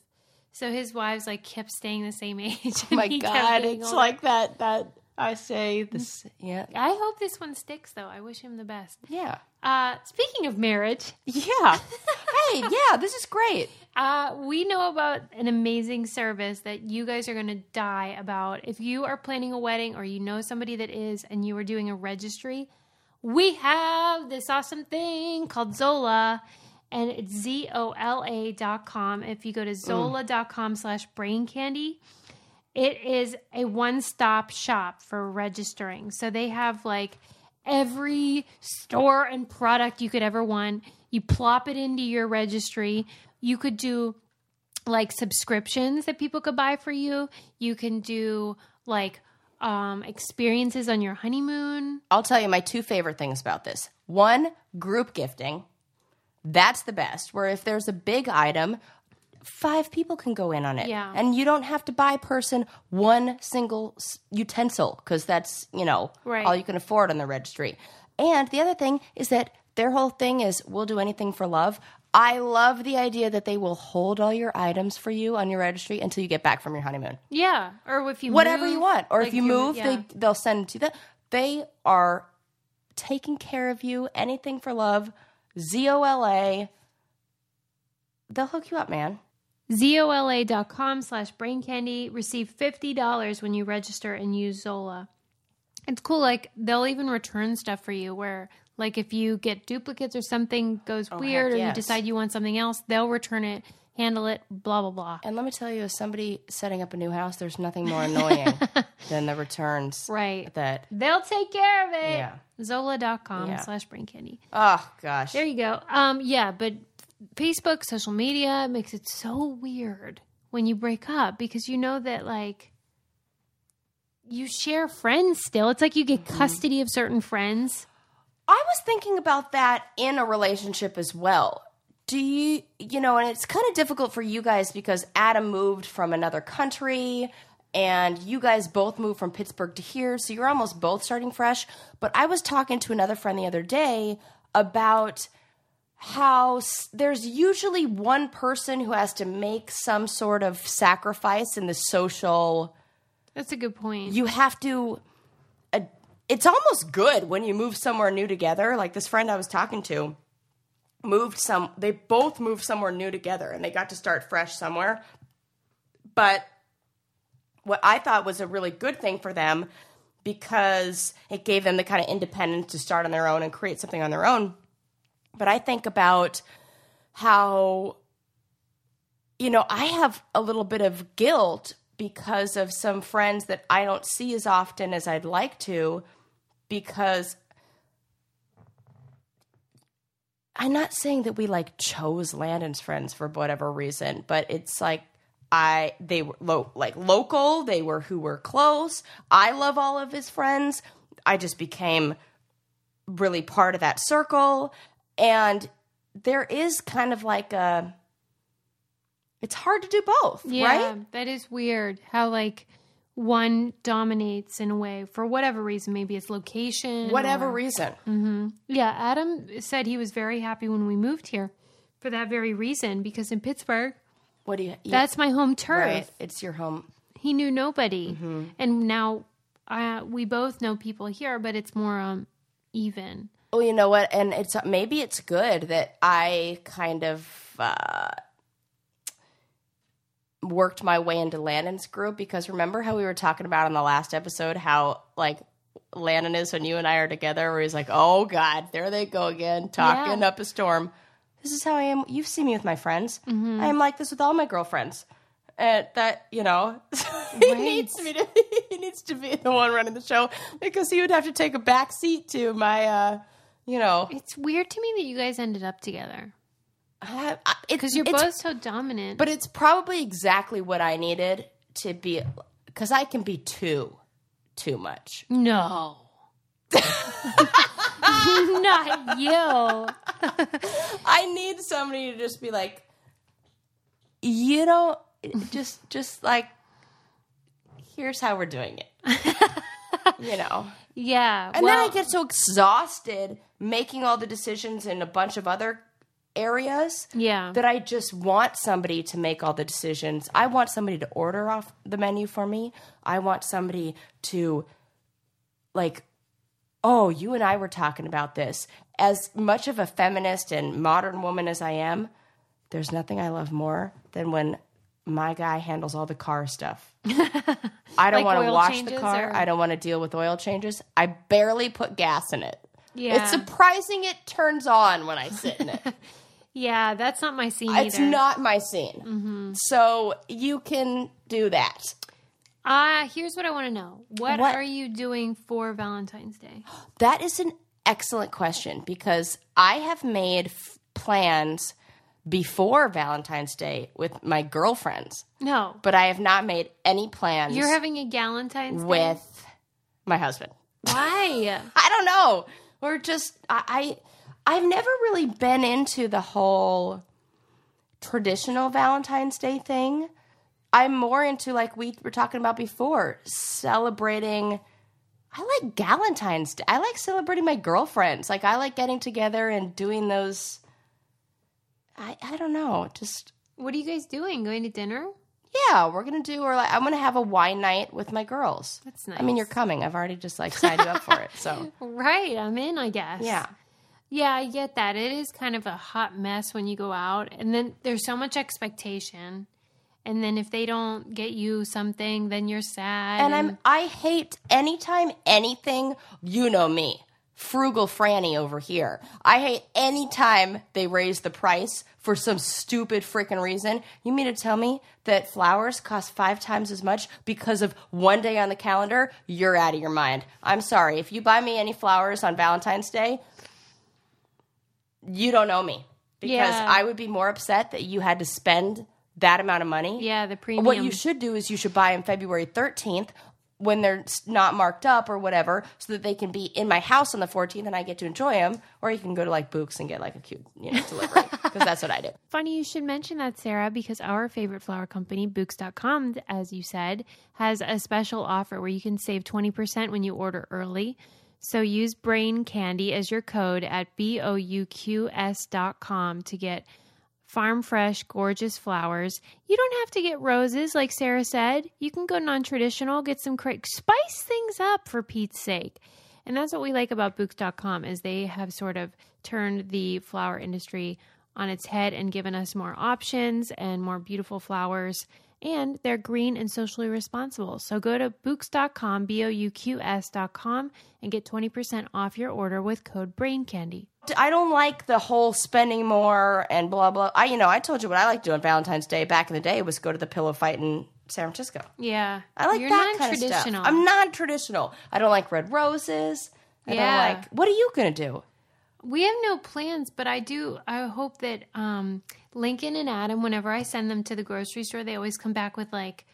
S1: so his wives like kept staying the same age. and
S2: my
S1: he kept
S2: god,
S1: getting
S2: it's
S1: older. Mm.
S2: like that that I say this. Yeah.
S1: I hope this one sticks, though. I wish him the best.
S2: Yeah.
S1: Uh, speaking of marriage,
S2: Yeah. hey, yeah, this is great.
S1: uh, we know about an amazing service that you guys are going to die about. If you are planning a wedding or you know somebody that is and you are doing a registry, we have this awesome thing called Zola. And it's Z-O-L-A dot com. If you go to Zola dot com slash brain candy, it is a one-stop shop for registering so they have like every store and product you could ever want you plop it into your registry you could do like subscriptions that people could buy for you you can do like um experiences on your honeymoon
S2: I'll tell you my two favorite things about this. One, group gifting. That's the best, where if there's a big item, five people can go in on it.
S1: Yeah.
S2: And you don't have to buy person one single s- utensil because that's, you know,
S1: Right.
S2: all you can afford on the registry. And the other thing is that their whole thing is we'll do anything for love. I love the idea that they will hold all your items for you on your registry until you get back from your honeymoon
S1: yeah or if you
S2: whatever
S1: move,
S2: you want. Or
S1: like
S2: if you move,
S1: yeah.
S2: they they'll send it to them. They are taking care of you. Anything for love, Z O L A. They'll hook you up, man.
S1: ZOLA.com slash brain candy. Receive $50 when you register and use Zola. It's cool. Like, they'll even return stuff for you where, like, if you get duplicates or something goes weird or you
S2: Oh, yes.
S1: decide you want something else, they'll return it, handle it, blah, blah, blah.
S2: And let me tell you, as somebody setting up a new house, there's nothing more annoying than the returns.
S1: Right.
S2: That.
S1: They'll take care of it.
S2: Yeah.
S1: Zola.com
S2: Yeah.
S1: slash brain candy.
S2: Oh gosh.
S1: There you go. Um, yeah, but Facebook, social media makes it so weird when you break up because you know that like you share friends still. It's like you get
S2: Mm-hmm.
S1: custody of certain friends.
S2: I was thinking about that in a relationship as well. Do you, you know, and it's kind of difficult for you guys because Adam moved from another country and you guys both moved from Pittsburgh to here. So you're almost both starting fresh. But I was talking to another friend the other day about how s- there's usually one person who has to make some sort of sacrifice in the social
S1: That's a good point.
S2: you have to uh, it's almost good when you move somewhere new together like this friend i was talking to moved some they both moved somewhere new together and they got to start fresh somewhere but what i thought was a really good thing for them because it gave them the kind of independence to start on their own and create something on their own but i think about how you know, I have a little bit of guilt because of some friends that I don't see as often as I'd like to because I'm not saying that we like chose Landon's friends for whatever reason, but it's like I they were lo- like local, they were who were close. I love all of his friends. I just became really part of that circle and there is kind of like a it's hard to do both,
S1: yeah,
S2: right?
S1: that is weird how like one dominates in a way for whatever reason. Maybe it's location.
S2: Whatever
S1: or-
S2: reason.
S1: Yeah, Adam said he was very happy when we moved here for that very reason because in Pittsburgh,
S2: What do you? you-
S1: that's my home turf.
S2: right. It's your home.
S1: he knew nobody
S2: Mm-hmm.
S1: and now uh, we both know people here but it's more um even
S2: Well, you know what? And it's maybe it's good that I kind of uh, worked my way into Landon's group because remember how we were talking about in the last episode how like Landon is when you and I are together, where he's like, "Oh God, there they go again, talking
S1: Yeah.
S2: up a storm." This is how I am. You've seen me with my friends. I am like this with all my girlfriends. And that you know, he needs me to. He needs to be the one running the show because he would have to take a back seat to my. uh you know,
S1: it's weird to me that you guys ended up together because
S2: because
S1: you're both so dominant
S2: But it's probably exactly what I needed to be, because I can be too, too much.
S1: no not you
S2: I need somebody to just be like, you know, just just like, here's how we're doing it. you know,
S1: yeah
S2: and
S1: well,
S2: then I get so exhausted making all the decisions in a bunch of other areas
S1: yeah
S2: that I just want somebody to make all the decisions. I want somebody to order off the menu for me. I want somebody to like oh you and i were talking about this as much of a feminist and modern woman as i am there's nothing i love more than when my guy handles all the car stuff i don't
S1: Like
S2: want to
S1: oil
S2: wash the
S1: changes
S2: car
S1: or-
S2: i don't want to deal with oil changes i barely put gas in it
S1: Yeah.
S2: it's surprising it turns on when i sit in it
S1: yeah, that's not my scene
S2: it's
S1: either. Mm-hmm.
S2: not my scene so you can do that
S1: Ah, here's what I want to know. What,
S2: What?
S1: are you doing for Valentine's Day?
S2: That is an excellent question because I have made f- plans before Valentine's Day with my girlfriends,
S1: No.
S2: but I have not made any plans
S1: You're having a Galentine's Day?
S2: with my husband.
S1: Why?
S2: I don't know. We're just I, I I've never really been into the whole traditional Valentine's Day thing. I'm more into like we were talking about before, celebrating I like Galentine's Day. I like celebrating my girlfriends. Like I like getting together and doing those I I don't know, just
S1: What are you guys doing? Going to dinner?
S2: yeah, we're gonna do or like I'm gonna have a wine night with my girls.
S1: That's
S2: I mean,
S1: nice.
S2: you're coming. I've already just like signed you up for it. So
S1: Right. I'm in, I guess.
S2: yeah.
S1: Yeah, I get that. It is kind of a hot mess when you go out, and then there's so much expectation. And then if they don't get you something, then you're sad.
S2: and I'm I hate anytime anything you know me frugal Franny over here. I hate anytime they raise the price for some stupid freaking reason. You mean to tell me that flowers cost 5 times as much because of one day on the calendar? You're out of your mind. I'm sorry if you buy me any flowers on Valentine's Day, you don't know me because
S1: Yeah.
S2: I would be more upset that you had to spend that amount of money.
S1: yeah, the premium.
S2: What you should do is you should buy them February 13th when they're s- not marked up or whatever, so that they can be in my house on the 14th and I get to enjoy them. Or you can go to like Books and get like a cute you know, delivery because that's what I do.
S1: Funny you should mention that, Sarah, because our favorite flower company, Books.com, as you said, has a special offer where you can save 20% when you order early. So use Brain Candy as your code at B O U Q S.com to get farm fresh, gorgeous flowers. You don't have to get roses, like Sarah said. You can go non traditional, get some cra- spice things up for Pete's sake. And that's what we like about Books.com is they have sort of turned the flower industry on its head and given us more options and more beautiful flowers. And they're green and socially responsible. So go to Books.com, B O U Q S.com, and get 20% off your order with code BRAINCANDY.
S2: I don't like the whole spending more and blah blah. I you know I told you what I like to do on Valentine's Day back in the day was go to the pillow fight in San Francisco.
S1: Yeah.
S2: I like
S1: You're
S2: that kind of stuff.
S1: non-traditional.
S2: I'm non traditional. I don't like red roses. I
S1: Yeah.
S2: don't like. What are you gonna do?
S1: We have no plans, but I do. I hope that um, Lincoln and Adam, whenever I send them to the grocery store, they always come back with like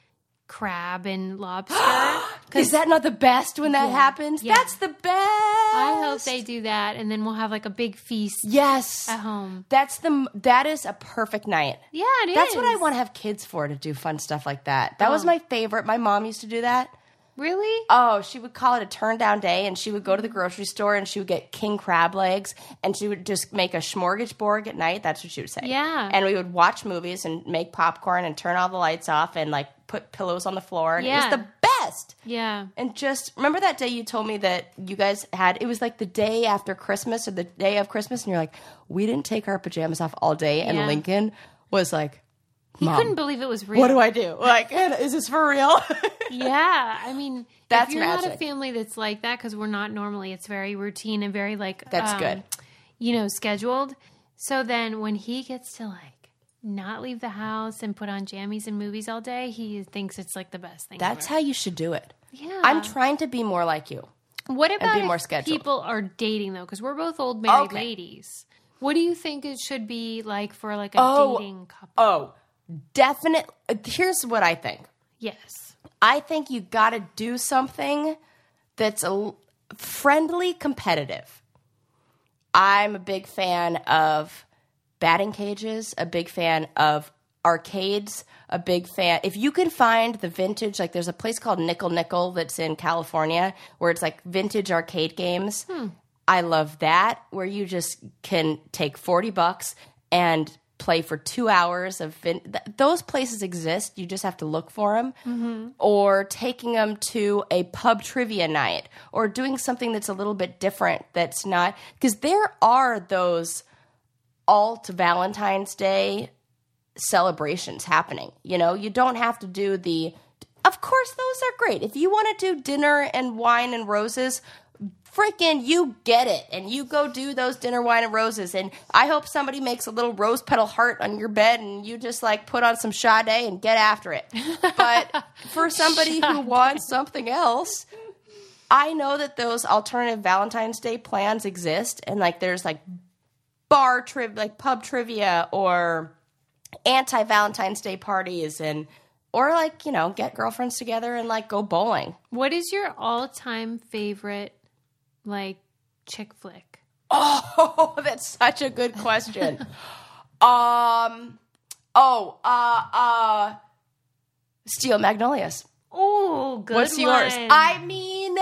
S1: crab and lobster.
S2: Is that not the best when that happens?
S1: Yeah.
S2: That's the best.
S1: I hope they do that, and then we'll have like a big feast
S2: Yes.
S1: at home.
S2: That's the m- that is a perfect night.
S1: Yeah, it is. Uh-huh.
S2: That's what I want to have kids for to do fun stuff like that. That was my favorite. My mom used to do that.
S1: Really?
S2: Oh, she would call it a turn down day and she would go to the grocery store and she would get king crab legs and she would just make a smorgasbord at night. That's what she would say.
S1: Yeah.
S2: And we would watch movies and make popcorn and turn all the lights off and like put pillows on the floor. And it
S1: Yeah.
S2: was the best.
S1: yeah.
S2: And just remember that day you told me that you guys had it was like the day after Christmas or the day of Christmas, and you're like, we didn't take our pajamas off all day, and
S1: Yeah.
S2: Lincoln was like,
S1: He couldn't believe it was real.
S2: "What do I do? Like, is this for real?"
S1: Yeah, I mean,
S2: That's
S1: if you're not
S2: magic.
S1: a family that's like that because we're not normally. It's very routine and very like um,
S2: That's good.
S1: you know, scheduled. So then when he gets to like not leave the house and put on jammies and movies all day, he thinks it's like the best thing.
S2: That's how you should do it.
S1: yeah.
S2: I'm trying to be more like you.
S1: what about
S2: be
S1: if
S2: more scheduled.
S1: people are dating though? Because we're both old married
S2: Okay.
S1: ladies. What do you think it should be like for like a
S2: Oh,
S1: dating couple?
S2: Oh, definite. Here's what I think.
S1: yes.
S2: I think you got to do something that's a l- friendly competitive. I'm a big fan of batting cages, a big fan of arcades, a big fan. If you can find the vintage, like there's a place called Nickel Nickel that's in California where it's like vintage arcade games. I love that where you just can take 40 bucks and play for two hours of vin- th- those places exist you just have to look for them or taking them to a pub trivia night or doing something that's a little bit different that's not because there are those alt valentine's day celebrations happening you know you don't have to do the of course those are great if you want to do dinner and wine and roses freaking you get it and you go do those dinner wine and roses and i hope somebody makes a little rose petal heart on your bed and you just like put on some Sade and get after it but for somebody who wants something else i know that those alternative valentine's day plans exist and like there's like bar triv like pub trivia or anti valentine's day parties and or like you know get girlfriends together and like go bowling
S1: What is your all-time favorite like chick flick?
S2: Oh, that's such a good question. um, oh, uh, uh, Steel Magnolias.
S1: Oh, good
S2: What's yours?
S1: one.
S2: I mean,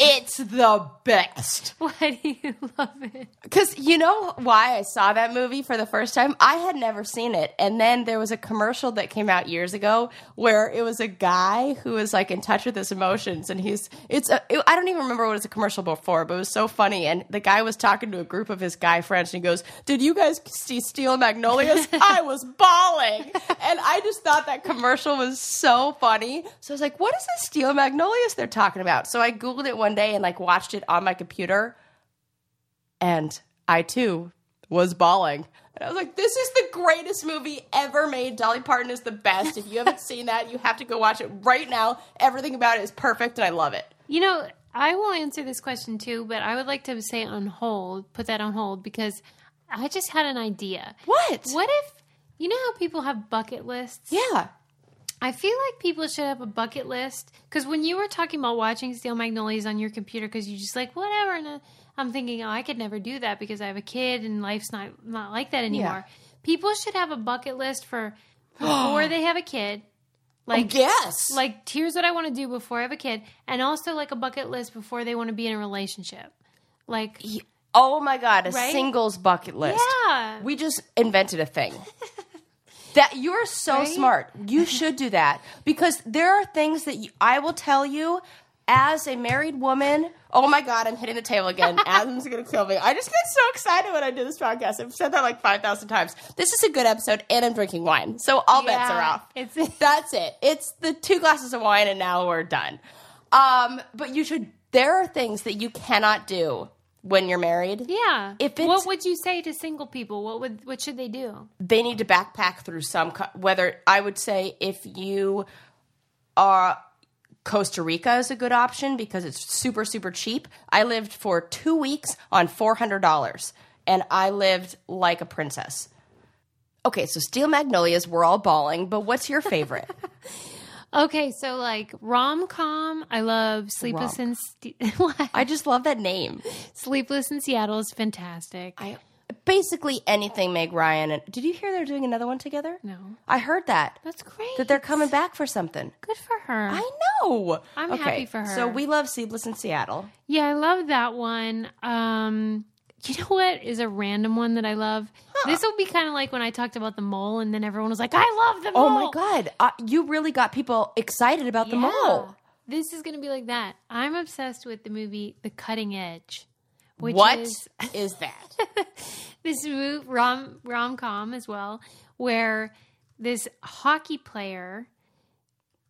S2: it's the best.
S1: Why do you love it?
S2: Because you know why I saw that movie for the first time? I had never seen it. And then there was a commercial that came out years ago where it was a guy who was like in touch with his emotions. And he's, it's, a, it- I don't even remember what it was a commercial before, but it was so funny. And the guy was talking to a group of his guy friends and he goes, Did you guys see Steel Magnolias? I was bawling. And I just thought that commercial was so funny. So I was like, What is this Steel Magnolias they're talking about? So I Googled it one day and like watched it on my computer and I too was bawling. And I was like, this is the greatest movie ever made. Dolly Parton is the best. If you haven't seen that, you have to go watch it right now. Everything about it is perfect and I love it.
S1: You know, I will answer this question too, but I would like to say on hold, put that on hold because I just had an idea.
S2: What?
S1: What if you know how people have bucket lists?
S2: Yeah.
S1: I feel like people should have a bucket list because when you were talking about watching Steel Magnolias on your computer, because you just like whatever, and uh, I'm thinking, oh, I could never do that because I have a kid and life's not not like that anymore. People should have a bucket list for before they have a kid, like
S2: Yes. Like,
S1: like here's what I want to do before I have a kid, and also like a bucket list before they want to be in a relationship. Like,
S2: oh my God, a
S1: Right?
S2: singles bucket list.
S1: yeah,
S2: We just invented a thing. that you're so
S1: Right?
S2: smart. You should do that because there are things that you, I will tell you as a married woman. Oh my god, I'm hitting the table again. Adam's going to kill me. I just get so excited when I do this podcast. I've said that like 5,000 times. This is a good episode and I'm drinking wine. So all bets are
S1: Yeah,
S2: off.
S1: it's-
S2: That's it. It's the two glasses of wine and now we're done. Um, but you should there are things that you cannot do when you're married.
S1: yeah.
S2: If it's-
S1: what would you say to single people? What would what should they do?
S2: they need to backpack through some co- whether i would say if you are costa rica is a good option because it's super super cheap i lived for two weeks on $400 and i lived like a princess okay so steel magnolias we're all bawling but what's your favorite
S1: Okay, so like rom com, I love Sleepless in Ste- what?
S2: i just love that name
S1: Sleepless in Seattle is fantastic.
S2: i basically anything meg ryan and did you hear they're doing another one together
S1: No.
S2: i heard that
S1: That's great.
S2: that they're coming back for something
S1: good for her.
S2: I know.
S1: I'm happy for her.
S2: So we love Seedless in Seattle.
S1: yeah, I love that one. Um, you know what is a random one that I love? This will be kind of like when I talked about the mole, and then everyone was like, "I love the mole."
S2: Oh my god, uh, you really got people excited about the
S1: Yeah.
S2: mole.
S1: This is gonna be like that. I'm obsessed with the movie The Cutting Edge, which
S2: What
S1: is
S2: is that?
S1: this move rom rom com as well, where this hockey player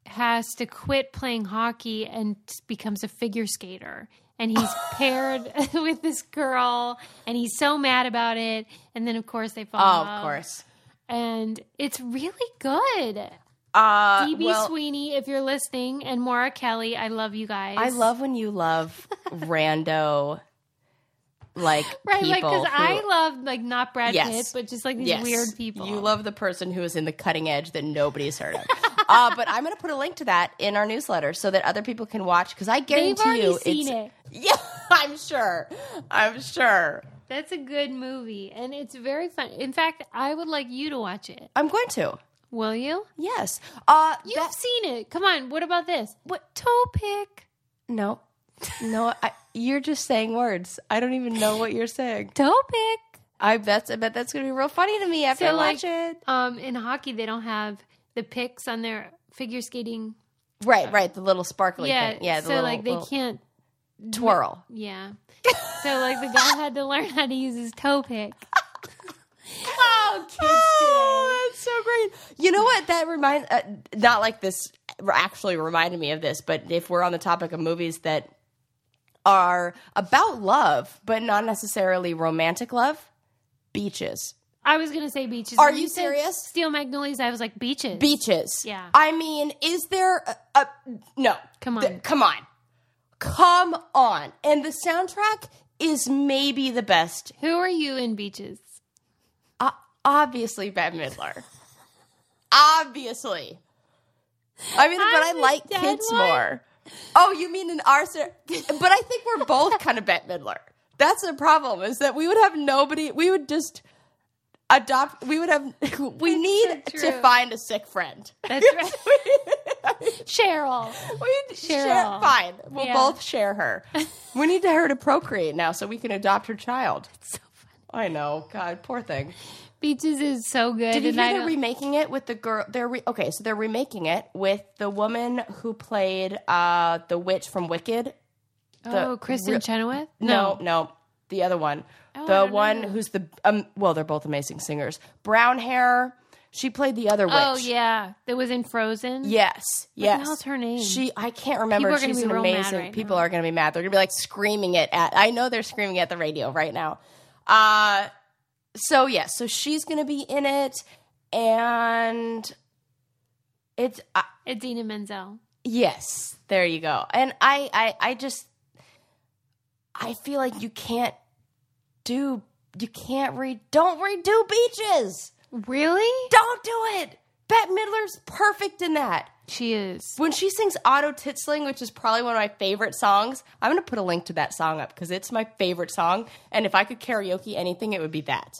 S1: has to quit playing hockey and becomes a figure skater. And he's paired with this girl, and he's so mad about it. And then, of course, they fall.
S2: oh,
S1: in
S2: of
S1: love.
S2: course.
S1: And it's really good.
S2: Uh,
S1: DB
S2: well,
S1: Sweeney, if you're listening, and Maura Kelly, I love you guys.
S2: I love when you love rando, like
S1: right, like
S2: people
S1: because
S2: who-
S1: I love like not Brad
S2: Yes.
S1: Pitt, but just like these
S2: Yes.
S1: weird people.
S2: You love the person who is in the cutting edge that nobody's heard of. uh, but I'm going to put a link to that in our newsletter so that other people can watch because I
S1: They've
S2: guarantee
S1: already
S2: you,
S1: seen
S2: it's
S1: it.
S2: yeah, I'm sure, I'm sure.
S1: That's a good movie, and it's very fun. In fact, I would like you to watch it.
S2: I'm going to.
S1: Will you?
S2: Yes. Uh,
S1: You've
S2: that-
S1: seen it. Come on. What about this? What topic?
S2: No, no, I, you're just saying words. I don't even know what you're saying.
S1: Topic.
S2: I bet I bet that's gonna be real funny to me after I watch it.
S1: Um, in hockey, they don't have the picks on their figure skating.
S2: Right, right. The little sparkly
S1: yeah,
S2: thing. Yeah, the
S1: so
S2: little,
S1: like they
S2: little
S1: can't.
S2: twirl.
S1: Yeah. so like the guy had to learn how to use his toe pick.
S2: Oh, kids oh, that's so great. You know what? That reminds, uh, not like this actually reminded me of this, but if we're on the topic of movies that are about love, but not necessarily romantic love, beaches.
S1: I was gonna say beaches.
S2: Are
S1: When
S2: you
S1: said
S2: serious?
S1: Steel magnolias. I was like beaches.
S2: Beaches.
S1: Yeah.
S2: I mean, is there a, a no?
S1: Come
S2: Th-
S1: on.
S2: come on. Come on. And the soundtrack is maybe the best.
S1: Who are you in beaches?
S2: Uh, obviously, Bette Midler. obviously. I mean, but
S1: I'm
S2: I
S1: the
S2: like
S1: dead
S2: kids
S1: one.
S2: more. Oh, you mean in our? ser- But I think we're both kind of Bette Midler. That's the problem is that we would have nobody. We would just adopt. We would have. We need
S1: so
S2: to
S1: true.
S2: find a sick friend.
S1: That's right. Cheryl.
S2: We need to share.
S1: Cheryl.
S2: Fine, we'll
S1: Yeah.
S2: both share her. we need her to procreate now, so we can adopt her child.
S1: So funny.
S2: I know. God, poor thing.
S1: Beaches is so good.
S2: Did you
S1: and
S2: hear
S1: I
S2: they're
S1: don't-
S2: remaking it with the girl? They're re- okay, so they're remaking it with the woman who played uh, the witch from Wicked.
S1: oh, Kristen Chenoweth.
S2: No, no, the other one,
S1: Oh, I
S2: the
S1: don't
S2: one
S1: know.
S2: who's the um, well, they're both amazing singers. Brown hair. She played the other witch.
S1: Oh yeah, that was in Frozen.
S2: Yes.
S1: the
S2: Yes.
S1: hell's her name?
S2: She. I can't remember.
S1: People are gonna
S2: She's
S1: be
S2: an
S1: real mad
S2: amazing.
S1: right
S2: people
S1: now.
S2: are going to be mad. They're going to be like screaming it at. I know they're screaming at the radio right now. Uh so yes. so she's going to be in it, and it's. Uh,
S1: Adina Menzel.
S2: yes. There you go. And I. I. I just. I feel like you can't do. You can't read. Don't redo beaches.
S1: Really?
S2: Don't do it. Bette Midler's perfect in that.
S1: She is.
S2: When she sings Auto Titsling, which is probably one of my favorite songs, I'm going to put a link to that song up because it's my favorite song. And if I could karaoke anything, it would be that.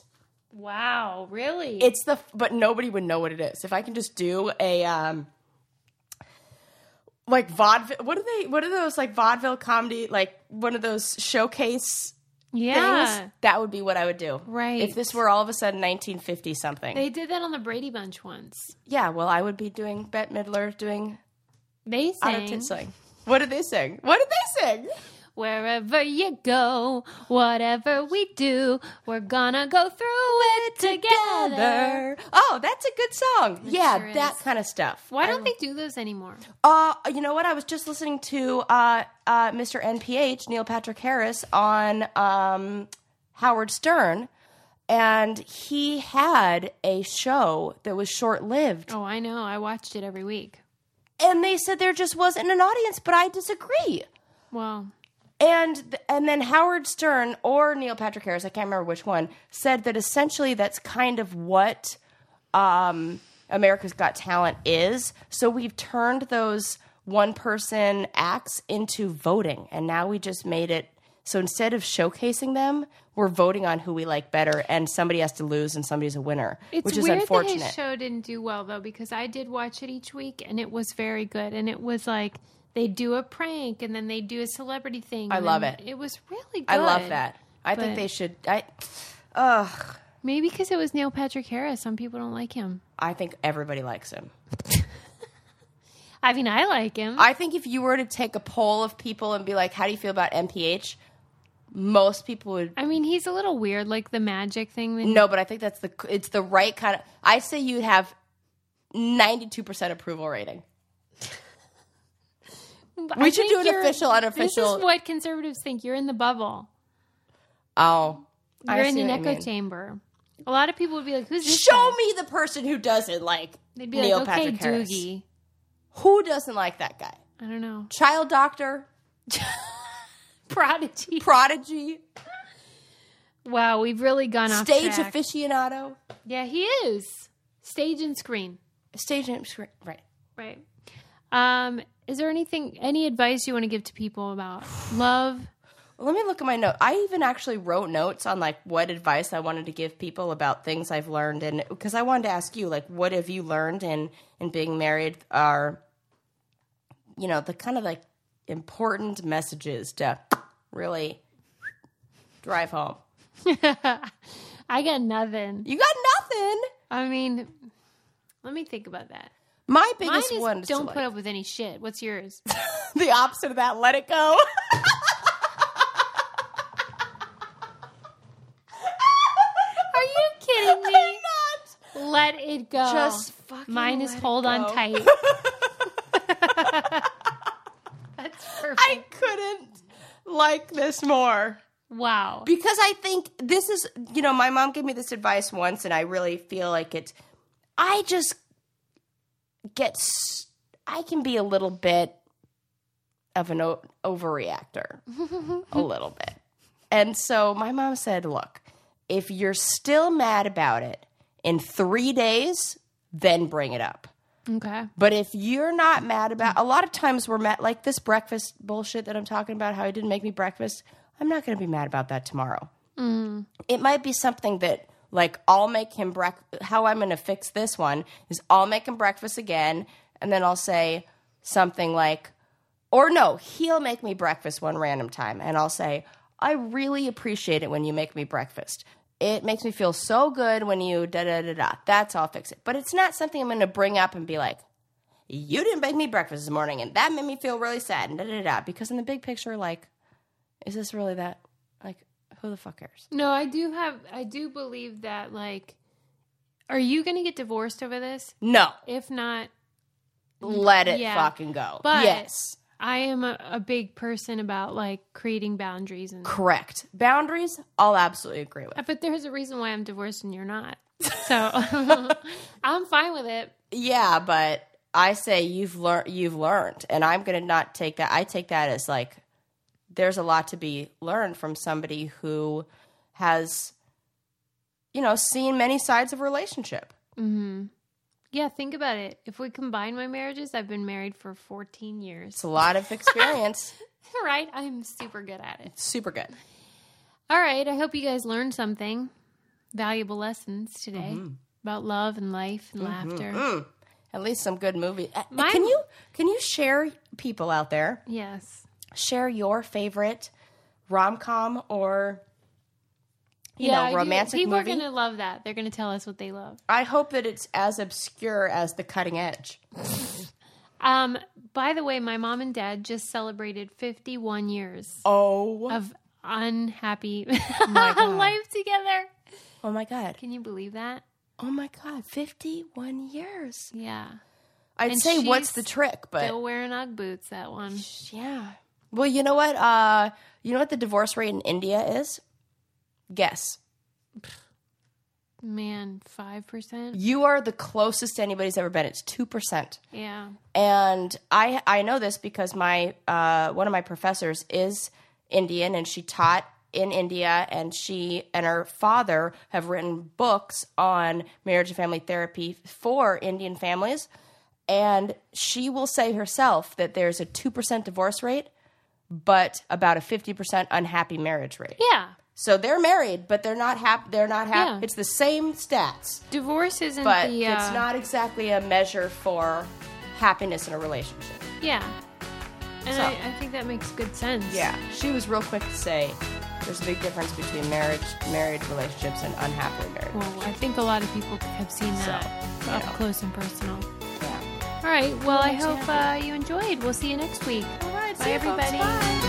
S1: Wow, really?
S2: It's the, but nobody would know what it is. If I can just do a, um, like vaudeville, what are they, what are those like vaudeville comedy, like one of those showcase
S1: yeah.
S2: things? That would be what I would do.
S1: Right.
S2: If this were all of a sudden 1950 something.
S1: They did that on the Brady Bunch once.
S2: yeah, well, I would be doing Bette Midler doing
S1: They
S2: Auto
S1: sang
S2: Titsling. What did they sing? What did they sing?
S1: wherever you go, whatever we do, we're gonna go through it together.
S2: Oh, that's a good song. yeah,
S1: sure
S2: that
S1: is.
S2: kind of stuff.
S1: Why don't they do those anymore?
S2: Uh, you know what? I was just listening to uh, uh, Mr. NPH, Neil Patrick Harris, on um, Howard Stern, and he had a show that was short lived.
S1: Oh, I know. I watched it every week.
S2: And they said there just wasn't an audience, but I disagree.
S1: Well,
S2: And th- and then Howard Stern or Neil Patrick Harris, I can't remember which one, said that essentially that's kind of what um, America's Got Talent is. So we've turned those one person acts into voting, and now we just made it. So instead of showcasing them, we're voting on who we like better, and somebody has to lose and somebody's a winner,
S1: it's
S2: which is
S1: weird
S2: unfortunate.
S1: that his show didn't do well though, because I did watch it each week and it was very good. And it was like they do a prank and then they do a celebrity thing.
S2: I
S1: and
S2: love
S1: then
S2: it.
S1: It was really good.
S2: I love that. I think
S1: but-
S2: they should. I, ugh,
S1: Maybe because it was Neil Patrick Harris. Some people don't like him.
S2: I think everybody likes him.
S1: I mean, I like him.
S2: I think if you were to take a poll of people and be like, "How do you feel about MPH?" Most people would
S1: I mean, he's a little weird, like the magic thing. That
S2: no, but I think that's the it's the right kind of. I say you'd have ninety two percent approval rating.
S1: I
S2: we should
S1: think
S2: do an
S1: you're-
S2: official,
S1: This
S2: unofficial-
S1: is what conservatives think. You're in the bubble.
S2: Oh, I
S1: You're in
S2: see
S1: an
S2: what you
S1: echo
S2: mean.
S1: chamber. A lot of people would be like, "Who's this?"
S2: Show
S1: guy?
S2: me the person who doesn't like
S1: They'd be
S2: Neil
S1: like, "Okay,
S2: Patrick Harris.
S1: Doogie."
S2: Who doesn't like that guy?
S1: I don't know.
S2: Child doctor,
S1: Prodigy.
S2: prodigy,
S1: Wow, we've really gone off
S2: stage
S1: track.
S2: aficionado,
S1: Yeah, he is stage and screen.
S2: stage right.
S1: Right. Um, is there anything, any advice you want to give to people about love?
S2: Let me look at my note. I even actually wrote notes on like what advice I wanted to give people about things I've learned, and because I wanted to ask you, like, what have you learned in in being married? Are you know the kind of like important messages to really drive home?
S1: I got nothing.
S2: You got nothing.
S1: I mean, let me think about that.
S2: My
S1: Mine
S2: biggest
S1: is
S2: one is to,
S1: don't
S2: like-
S1: put up with any shit. What's yours?
S2: the opposite of that. Let it go.
S1: Are you kidding
S2: I'm
S1: me?
S2: not.
S1: Let it go.
S2: Just fucking
S1: Mine is
S2: let it
S1: hold
S2: go.
S1: on tight. That's perfect.
S2: I couldn't like this more.
S1: wow.
S2: because I think this is, you know, my mom gave me this advice once, and I really feel like it's. I just get. s- I can be a little bit of an o- overreactor, a little bit, and so my mom said, "Look, if you're still mad about it in three days, then bring it up."
S1: okay.
S2: But if you're not mad about a lot of times we're mad like this breakfast bullshit that I'm talking about, how he didn't make me breakfast, I'm not gonna be mad about that tomorrow. It might be something that like I'll make him breakfast how I'm gonna fix this one is I'll make him breakfast again and then I'll say something like or no, he'll make me breakfast one random time and I'll say, I really appreciate it when you make me breakfast. It makes me feel so good when you da da da da. That's I'll fix it. But it's not something I'm gonna bring up and be like, you didn't make me breakfast this morning and that made me feel really sad and da da da, da. Because in the big picture, like, is this really that like who the fuck cares?
S1: No, I do have. I do believe that. Like, are you going to get divorced over this?
S2: No.
S1: If not,
S2: Let it
S1: Yeah.
S2: fucking go.
S1: But-
S2: yes.
S1: I am a, a big person about like creating boundaries and.
S2: Correct. Boundaries, I'll absolutely agree with.
S1: But there's a reason why I'm divorced and you're not. So I'm fine with it.
S2: Yeah, but I say you've learned you've learned and I'm going to not take that I take that as like there's a lot to be learned from somebody who has you know seen many sides of a relationship.
S1: hmm Yeah, think about it. If we combine my marriages, I've been married for 14
S2: It's
S1: years.
S2: a lot of experience.
S1: right? I'm super good at it.
S2: Super good.
S1: All right. I hope you guys learned something valuable lessons today
S2: Mm-hmm.
S1: about love and life and laughter.
S2: Mm. At least some good movie. Uh,
S1: Mine-
S2: Can you can you share people out there?
S1: Yes.
S2: Share your favorite rom com or you
S1: yeah, I
S2: know
S1: do.
S2: romantic
S1: People
S2: movie.
S1: are going to love that. They're going to tell us what they love.
S2: I hope that it's as obscure as the cutting edge.
S1: Um, by the way, my mom and dad just celebrated 51 years
S2: Oh,
S1: of unhappy
S2: my God.
S1: life together.
S2: oh my god!
S1: Can you believe that?
S2: Oh my god! Fifty-one years.
S1: Yeah.
S2: I'd
S1: And
S2: say what's
S1: she's
S2: the trick, but
S1: Still wearing Ugg boots, that one.
S2: yeah. Well, you know what? Uh, you know what the divorce rate in India is? Guess.
S1: Man, 5%.
S2: You are the closest anybody's ever been. It's two percent.
S1: Yeah.
S2: and I I know this because my uh, one of my professors is Indian, and she taught in India, and she and her father have written books on marriage and family therapy for Indian families, and she will say herself that there's a two percent divorce rate, but about a fifty percent unhappy marriage rate.
S1: Yeah.
S2: So they're married, but they're not happy. They're not happy.
S1: Yeah.
S2: It's the same stats,
S1: Divorce isn't
S2: but
S1: the. Uh,
S2: it's not exactly a measure for happiness in a relationship.
S1: Yeah. And
S2: So-
S1: I, I think that makes good sense.
S2: Yeah, she was real quick to say there's a big difference between marriage, married relationships, and unhappily married.
S1: Well, I think a lot of people have seen that
S2: you
S1: up
S2: know.
S1: close and personal.
S2: Yeah.
S1: All right. Well, I hope uh, you enjoyed. We'll see you next week.
S2: All right,
S1: Bye,
S2: see you, folks.
S1: everybody.
S2: Bye.